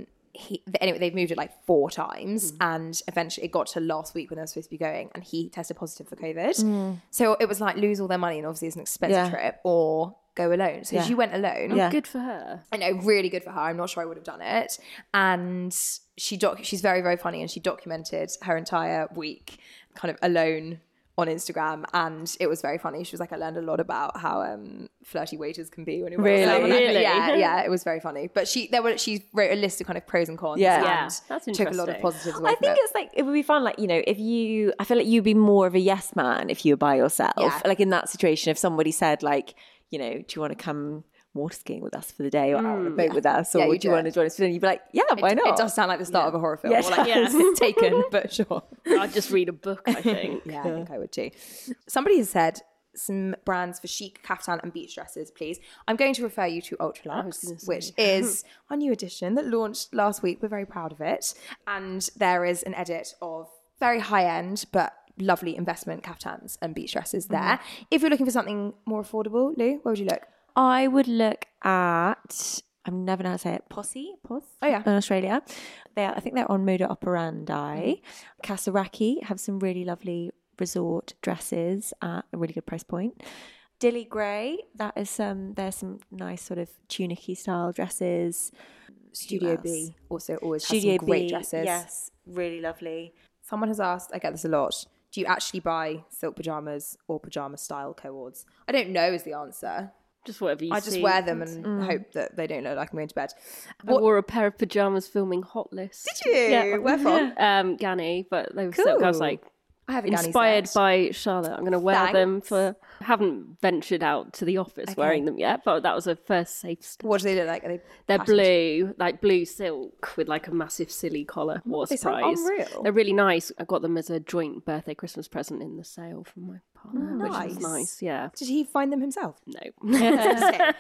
Speaker 1: um, he anyway, they've moved it like four
Speaker 7: Mm.
Speaker 1: times, and eventually it got to last week when they were supposed to be going, and he tested positive for COVID. So it was like lose all their money, and obviously it's an expensive
Speaker 4: Mm. Yeah.
Speaker 1: trip, or go alone. So she went alone.
Speaker 4: Yeah.
Speaker 7: good for her.
Speaker 1: I know, really good for her. I'm not sure I would have done it. And she doc, she's very very funny, and she documented her entire week, kind of alone on Instagram, and it was very funny. She was like, "I learned a lot about how um, flirty waiters can be when you work with
Speaker 4: Really?
Speaker 1: them." And I-
Speaker 7: Really?
Speaker 1: yeah, yeah. It was very funny. But she there were she wrote a list of kind of pros and cons.
Speaker 4: Yeah.
Speaker 1: and
Speaker 7: Yeah, that's
Speaker 1: took a lot of
Speaker 7: interesting.
Speaker 1: positives. Away
Speaker 4: I
Speaker 1: from
Speaker 4: think
Speaker 1: it.
Speaker 4: it's like it would be fun, like you know, if you. I feel like you'd be more of a yes man if you were by yourself.
Speaker 1: Yeah.
Speaker 4: Like in that situation, if somebody said like, you know, do you want to come water skiing with us for the day, or out on a boat with us, or
Speaker 1: Yeah, you
Speaker 4: would Mm. you
Speaker 1: do
Speaker 4: want to join us for dinner? You'd be like, yeah, why
Speaker 1: it,
Speaker 4: not?
Speaker 1: It does sound like the start of a horror film.
Speaker 4: (laughs) Yes.
Speaker 1: or like
Speaker 4: Yeah.
Speaker 1: this is taken, but sure.
Speaker 7: (laughs) I'd just read a book,
Speaker 1: (laughs)
Speaker 7: I think.
Speaker 1: Yeah, I think I would too. Somebody has said some brands for chic caftan and beach dresses, please. I'm going to refer you to Ultralux, which is our new edition that launched last week. We're very proud of it. And there is an edit of very high end, but lovely investment caftans and beach dresses there. If you're looking for something more affordable, Lou, where would you look?
Speaker 4: I would look at. I'm never going to say it. Posse, Pos.
Speaker 1: Oh, yeah.
Speaker 4: in Australia. They, are, I think they're on Moda Operandi.
Speaker 1: Mm-hmm.
Speaker 4: Kasaraki have some really lovely resort dresses at a really good price point. Dilly Grey, that is some. There's some nice sort of tunicky style dresses.
Speaker 1: Studio
Speaker 4: else?
Speaker 1: B also always
Speaker 4: Studio
Speaker 1: has some great
Speaker 4: B,
Speaker 1: dresses.
Speaker 4: yes, really lovely.
Speaker 1: Someone has asked, I get this a lot. Do you actually buy silk pajamas or pajama style coords? I don't know is the answer.
Speaker 7: Just whatever you
Speaker 1: I just
Speaker 7: see. mm.
Speaker 1: wear them and hope that they don't look like I'm going to bed.
Speaker 7: I wore a pair of pajamas filming Hot List.
Speaker 1: Did you?
Speaker 7: (laughs) Yeah.
Speaker 1: Where from?
Speaker 7: Um, Ghanni, but they were silk. I was
Speaker 1: Cool.
Speaker 7: like
Speaker 1: I have a Ganni
Speaker 7: inspired
Speaker 1: set.
Speaker 7: by Charlotte. I'm going to wear them for. Haven't ventured out to the office wearing them yet, but that was a first safe step.
Speaker 1: What do they look like? Are they
Speaker 7: They're
Speaker 1: patterned?
Speaker 7: blue, like blue silk with like a massive silly collar. What a
Speaker 1: Oh, they sound
Speaker 7: surprise!
Speaker 1: unreal.
Speaker 7: They're really nice. I got them as a joint birthday Christmas present in the sale from my partner, which
Speaker 1: Oh, nice.
Speaker 7: is nice. Yeah,
Speaker 1: Did he find them himself?
Speaker 7: no,
Speaker 1: (laughs)
Speaker 4: Um,
Speaker 1: Yeah.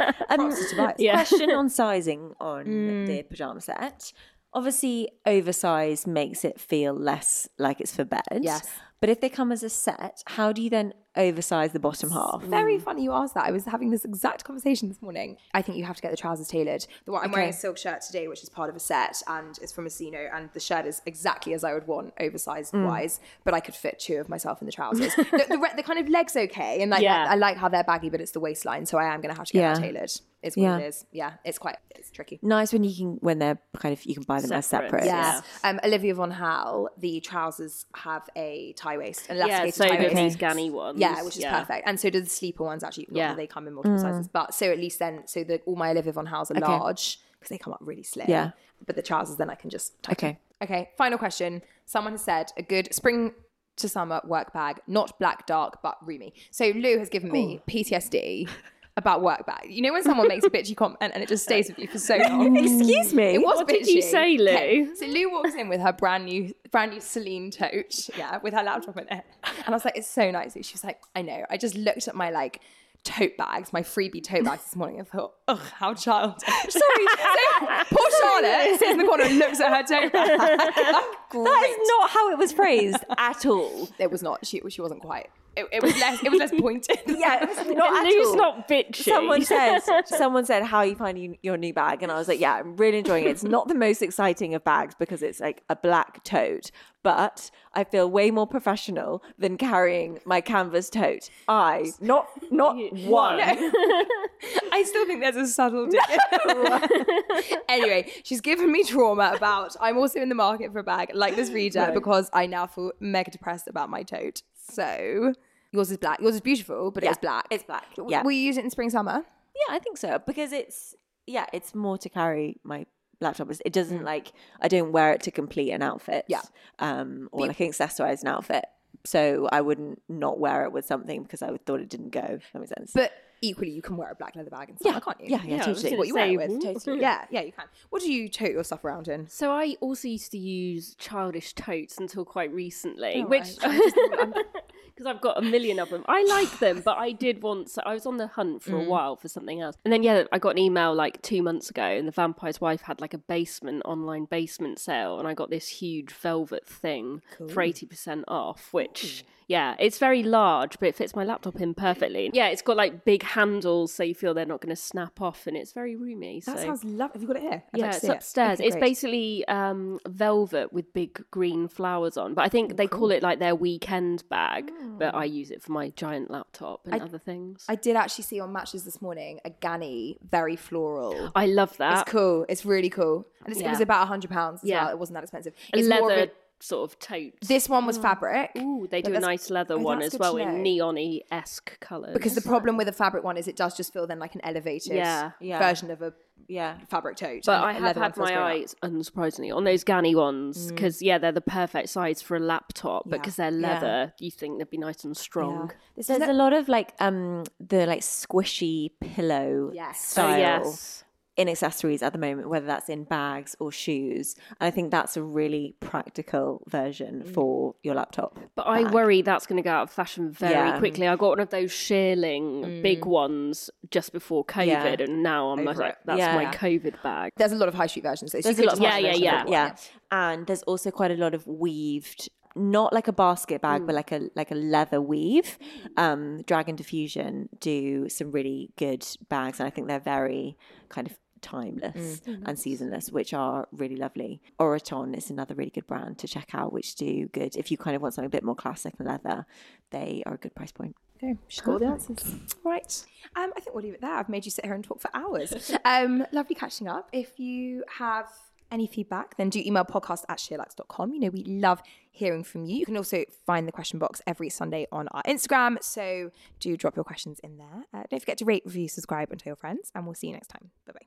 Speaker 1: Mm. (laughs)
Speaker 4: Question on sizing on the pajama set. Obviously, oversized makes it feel less like it's for bed.
Speaker 1: Yes.
Speaker 4: But if they come as a set, how do you then oversize the bottom half?
Speaker 1: Very funny you asked that. I was having this exact conversation this morning. I think you have to get the trousers tailored. The one I'm wearing a silk shirt today, which is part of a set, and it's from Asino, and the shirt is exactly as I would want, oversized wise, but I could fit two of myself in the (laughs) trousers. the, the, re- the kind of legs okay, and like
Speaker 7: Yeah.
Speaker 1: I, I like how they're baggy, but it's the waistline, so I am going to have to get that
Speaker 4: Yeah.
Speaker 1: tailored. It's what
Speaker 4: Yeah.
Speaker 1: it is. Yeah, it's quite it's tricky.
Speaker 4: Nice when you can when they're kind of you can buy them as
Speaker 7: Separate,
Speaker 4: separate.
Speaker 1: Yeah. Um, Olivia von Hal, the trousers have a tie waist, an
Speaker 7: yeah. (laughs)
Speaker 1: elasticated
Speaker 7: So
Speaker 1: tie
Speaker 7: do
Speaker 1: waist.
Speaker 7: these Ghanni ones.
Speaker 1: Yeah, which is perfect. And so do the sleeper ones actually. Not
Speaker 7: Yeah.
Speaker 1: that they come in multiple sizes,
Speaker 4: Mm.
Speaker 1: but so at least then, so the, all my Olivia Von Hals are large because they come up really slim.
Speaker 4: Yeah.
Speaker 1: But the trousers then I can just tuck
Speaker 4: Okay.
Speaker 1: in. Okay. Final question. Someone has said a good spring to summer work bag, not black, dark, but roomy. So Lou has given me
Speaker 4: (laughs)
Speaker 1: PTSD about work bag. You know when someone makes a bitchy comment and it just stays with you for
Speaker 4: (laughs)
Speaker 1: so long.
Speaker 4: Excuse me.
Speaker 1: It was
Speaker 7: What did you
Speaker 1: bitchy.
Speaker 7: say, Lou?
Speaker 1: Okay, So Lou walks in with her brand new, brand new Celine tote, yeah, with her laptop in it, and I was like, "It's so nice." She was like, "I know." I just looked at my like tote bags, my freebie tote bags this morning, and thought, "Ugh, how childish." (laughs) Sorry, so poor Charlotte sits in the corner and looks at her tote (laughs) bag. Great.
Speaker 4: That is not how it
Speaker 1: (laughs)
Speaker 4: was phrased at all.
Speaker 1: It was not. She she wasn't quite. It, it was less. It was less pointed.
Speaker 4: Yeah,
Speaker 7: (laughs)
Speaker 4: it was not at
Speaker 7: Lou's
Speaker 4: all.
Speaker 7: not bitchy. (laughs)
Speaker 4: Someone said, someone said, how are you finding your new bag? And I was like, yeah, I'm really enjoying it. It's not the most exciting of bags because it's like a black tote, but I feel way more professional than carrying my canvas tote. I, not, not one.
Speaker 1: I still think there's a (laughs) subtle difference. anyway, she's given me trauma about. I'm also in the market for a bag like this reader because I now feel mega depressed about my tote. So yours is black. Yours is beautiful, but it's black.
Speaker 4: It's black.
Speaker 1: W-
Speaker 4: Yeah.
Speaker 1: Will you use it in spring summer?
Speaker 4: yeah, I think so because it's, yeah, it's more to carry my laptop. It's- It doesn't like, I don't wear it to complete an outfit.
Speaker 1: Mm. Yeah.
Speaker 4: Um, or like accessorize an outfit. So I wouldn't not wear it with something because I thought it didn't go. If That makes sense.
Speaker 1: But equally, you can wear a black leather bag in summer, can't you?
Speaker 4: Yeah, yeah,
Speaker 7: I was
Speaker 4: totally.
Speaker 7: gonna
Speaker 1: What you wear it
Speaker 7: say,
Speaker 1: with?
Speaker 7: ooh.
Speaker 1: Totally. Yeah, yeah, you can. What do you tote your stuff around in?
Speaker 7: So I also used to use childish totes until quite recently,
Speaker 1: Oh,
Speaker 7: which
Speaker 1: I-
Speaker 7: (laughs) because I've got a million of them. I like them, but I did once. I was on the hunt
Speaker 1: Mm.
Speaker 7: for a while for something else, and then yeah, I got an email like two months ago, and the vampire's wife had like a basement online basement sale, and I got this huge velvet thing for eighty percent off, which. Yeah, it's very large, but it fits my laptop in perfectly. Yeah, it's got like big handles, so you feel they're not going to snap off, and it's very roomy.
Speaker 1: That
Speaker 7: so.
Speaker 1: sounds lovely. Have you got it here? I'd
Speaker 7: Yeah,
Speaker 1: like to
Speaker 7: it's
Speaker 1: see it.
Speaker 7: upstairs.
Speaker 1: Okay,
Speaker 7: It's
Speaker 1: great.
Speaker 7: basically um, velvet with big green flowers on, but I
Speaker 1: Oh,
Speaker 7: think they call it like their weekend bag. But I use it for my giant laptop and other things. I,
Speaker 1: I did actually see on matches this morning a Ganny, very
Speaker 7: (gasps)
Speaker 1: floral.
Speaker 7: love that.
Speaker 1: It's cool. It's really cool. And it's, it was
Speaker 7: Uh, Yeah.
Speaker 1: about a hundred pounds as
Speaker 7: Yeah.
Speaker 1: well. It wasn't that expensive.
Speaker 7: A
Speaker 1: It's more of
Speaker 7: leather sort of tote.
Speaker 1: This one was fabric.
Speaker 7: Ooh, they
Speaker 1: but
Speaker 7: do
Speaker 1: that's-
Speaker 7: a nice leather
Speaker 1: oh,
Speaker 7: one
Speaker 1: that's
Speaker 7: as
Speaker 1: good to
Speaker 7: well in
Speaker 1: know.
Speaker 7: neon esque colours.
Speaker 1: Because the problem with a fabric one is it does just feel then like an elevated
Speaker 7: Yeah.
Speaker 4: Yeah.
Speaker 1: version of a
Speaker 4: Yeah.
Speaker 1: fabric tote.
Speaker 7: But
Speaker 1: and
Speaker 7: I
Speaker 1: a
Speaker 7: have
Speaker 1: leather one
Speaker 7: had
Speaker 1: feels
Speaker 7: my
Speaker 1: grown up.
Speaker 7: eyes, unsurprisingly, on those Ganny ones because yeah, they're the perfect size for a laptop. But
Speaker 1: Mm. Yeah.
Speaker 7: because they're leather, you think they'd be nice and strong.
Speaker 4: There's a lot of like um the like squishy pillow
Speaker 1: Yes.
Speaker 7: So
Speaker 4: style
Speaker 7: yes,
Speaker 4: in accessories at the moment, whether that's in bags or shoes. And I think that's a really practical version
Speaker 1: Mm.
Speaker 4: for your laptop.
Speaker 7: but I worry that's going to go out of fashion very
Speaker 4: Yeah. Mm.
Speaker 7: quickly. I got one of those shearling big ones just before COVID, and now I'm like, that's
Speaker 4: Yeah.
Speaker 7: my COVID bag.
Speaker 1: There's a lot of high street versions. There's
Speaker 7: of yeah, yeah, yeah,
Speaker 4: yeah. And there's also quite a lot of weaved, not like a basket bag, but like a like a leather weave. Um, Dragon Diffusion do some really good bags, and I think they're very kind of timeless and seasonless, which are really lovely. Oraton is another really good brand to check out, which do good if you kind of want something a bit more classic and leather. They are a good price point.
Speaker 1: Okay, she's got all the answers. Right. Um, I think we'll leave it there. I've made you sit here and talk for (laughs) hours. Um, lovely catching up. If you have any feedback, then do email podcast at sheerlax.com. You know, we love hearing from you. You can also find the question box every Sunday on our Instagram. So do drop your questions in there. Uh, don't forget to rate, review, subscribe, and tell your friends. And we'll see you next time. Bye bye.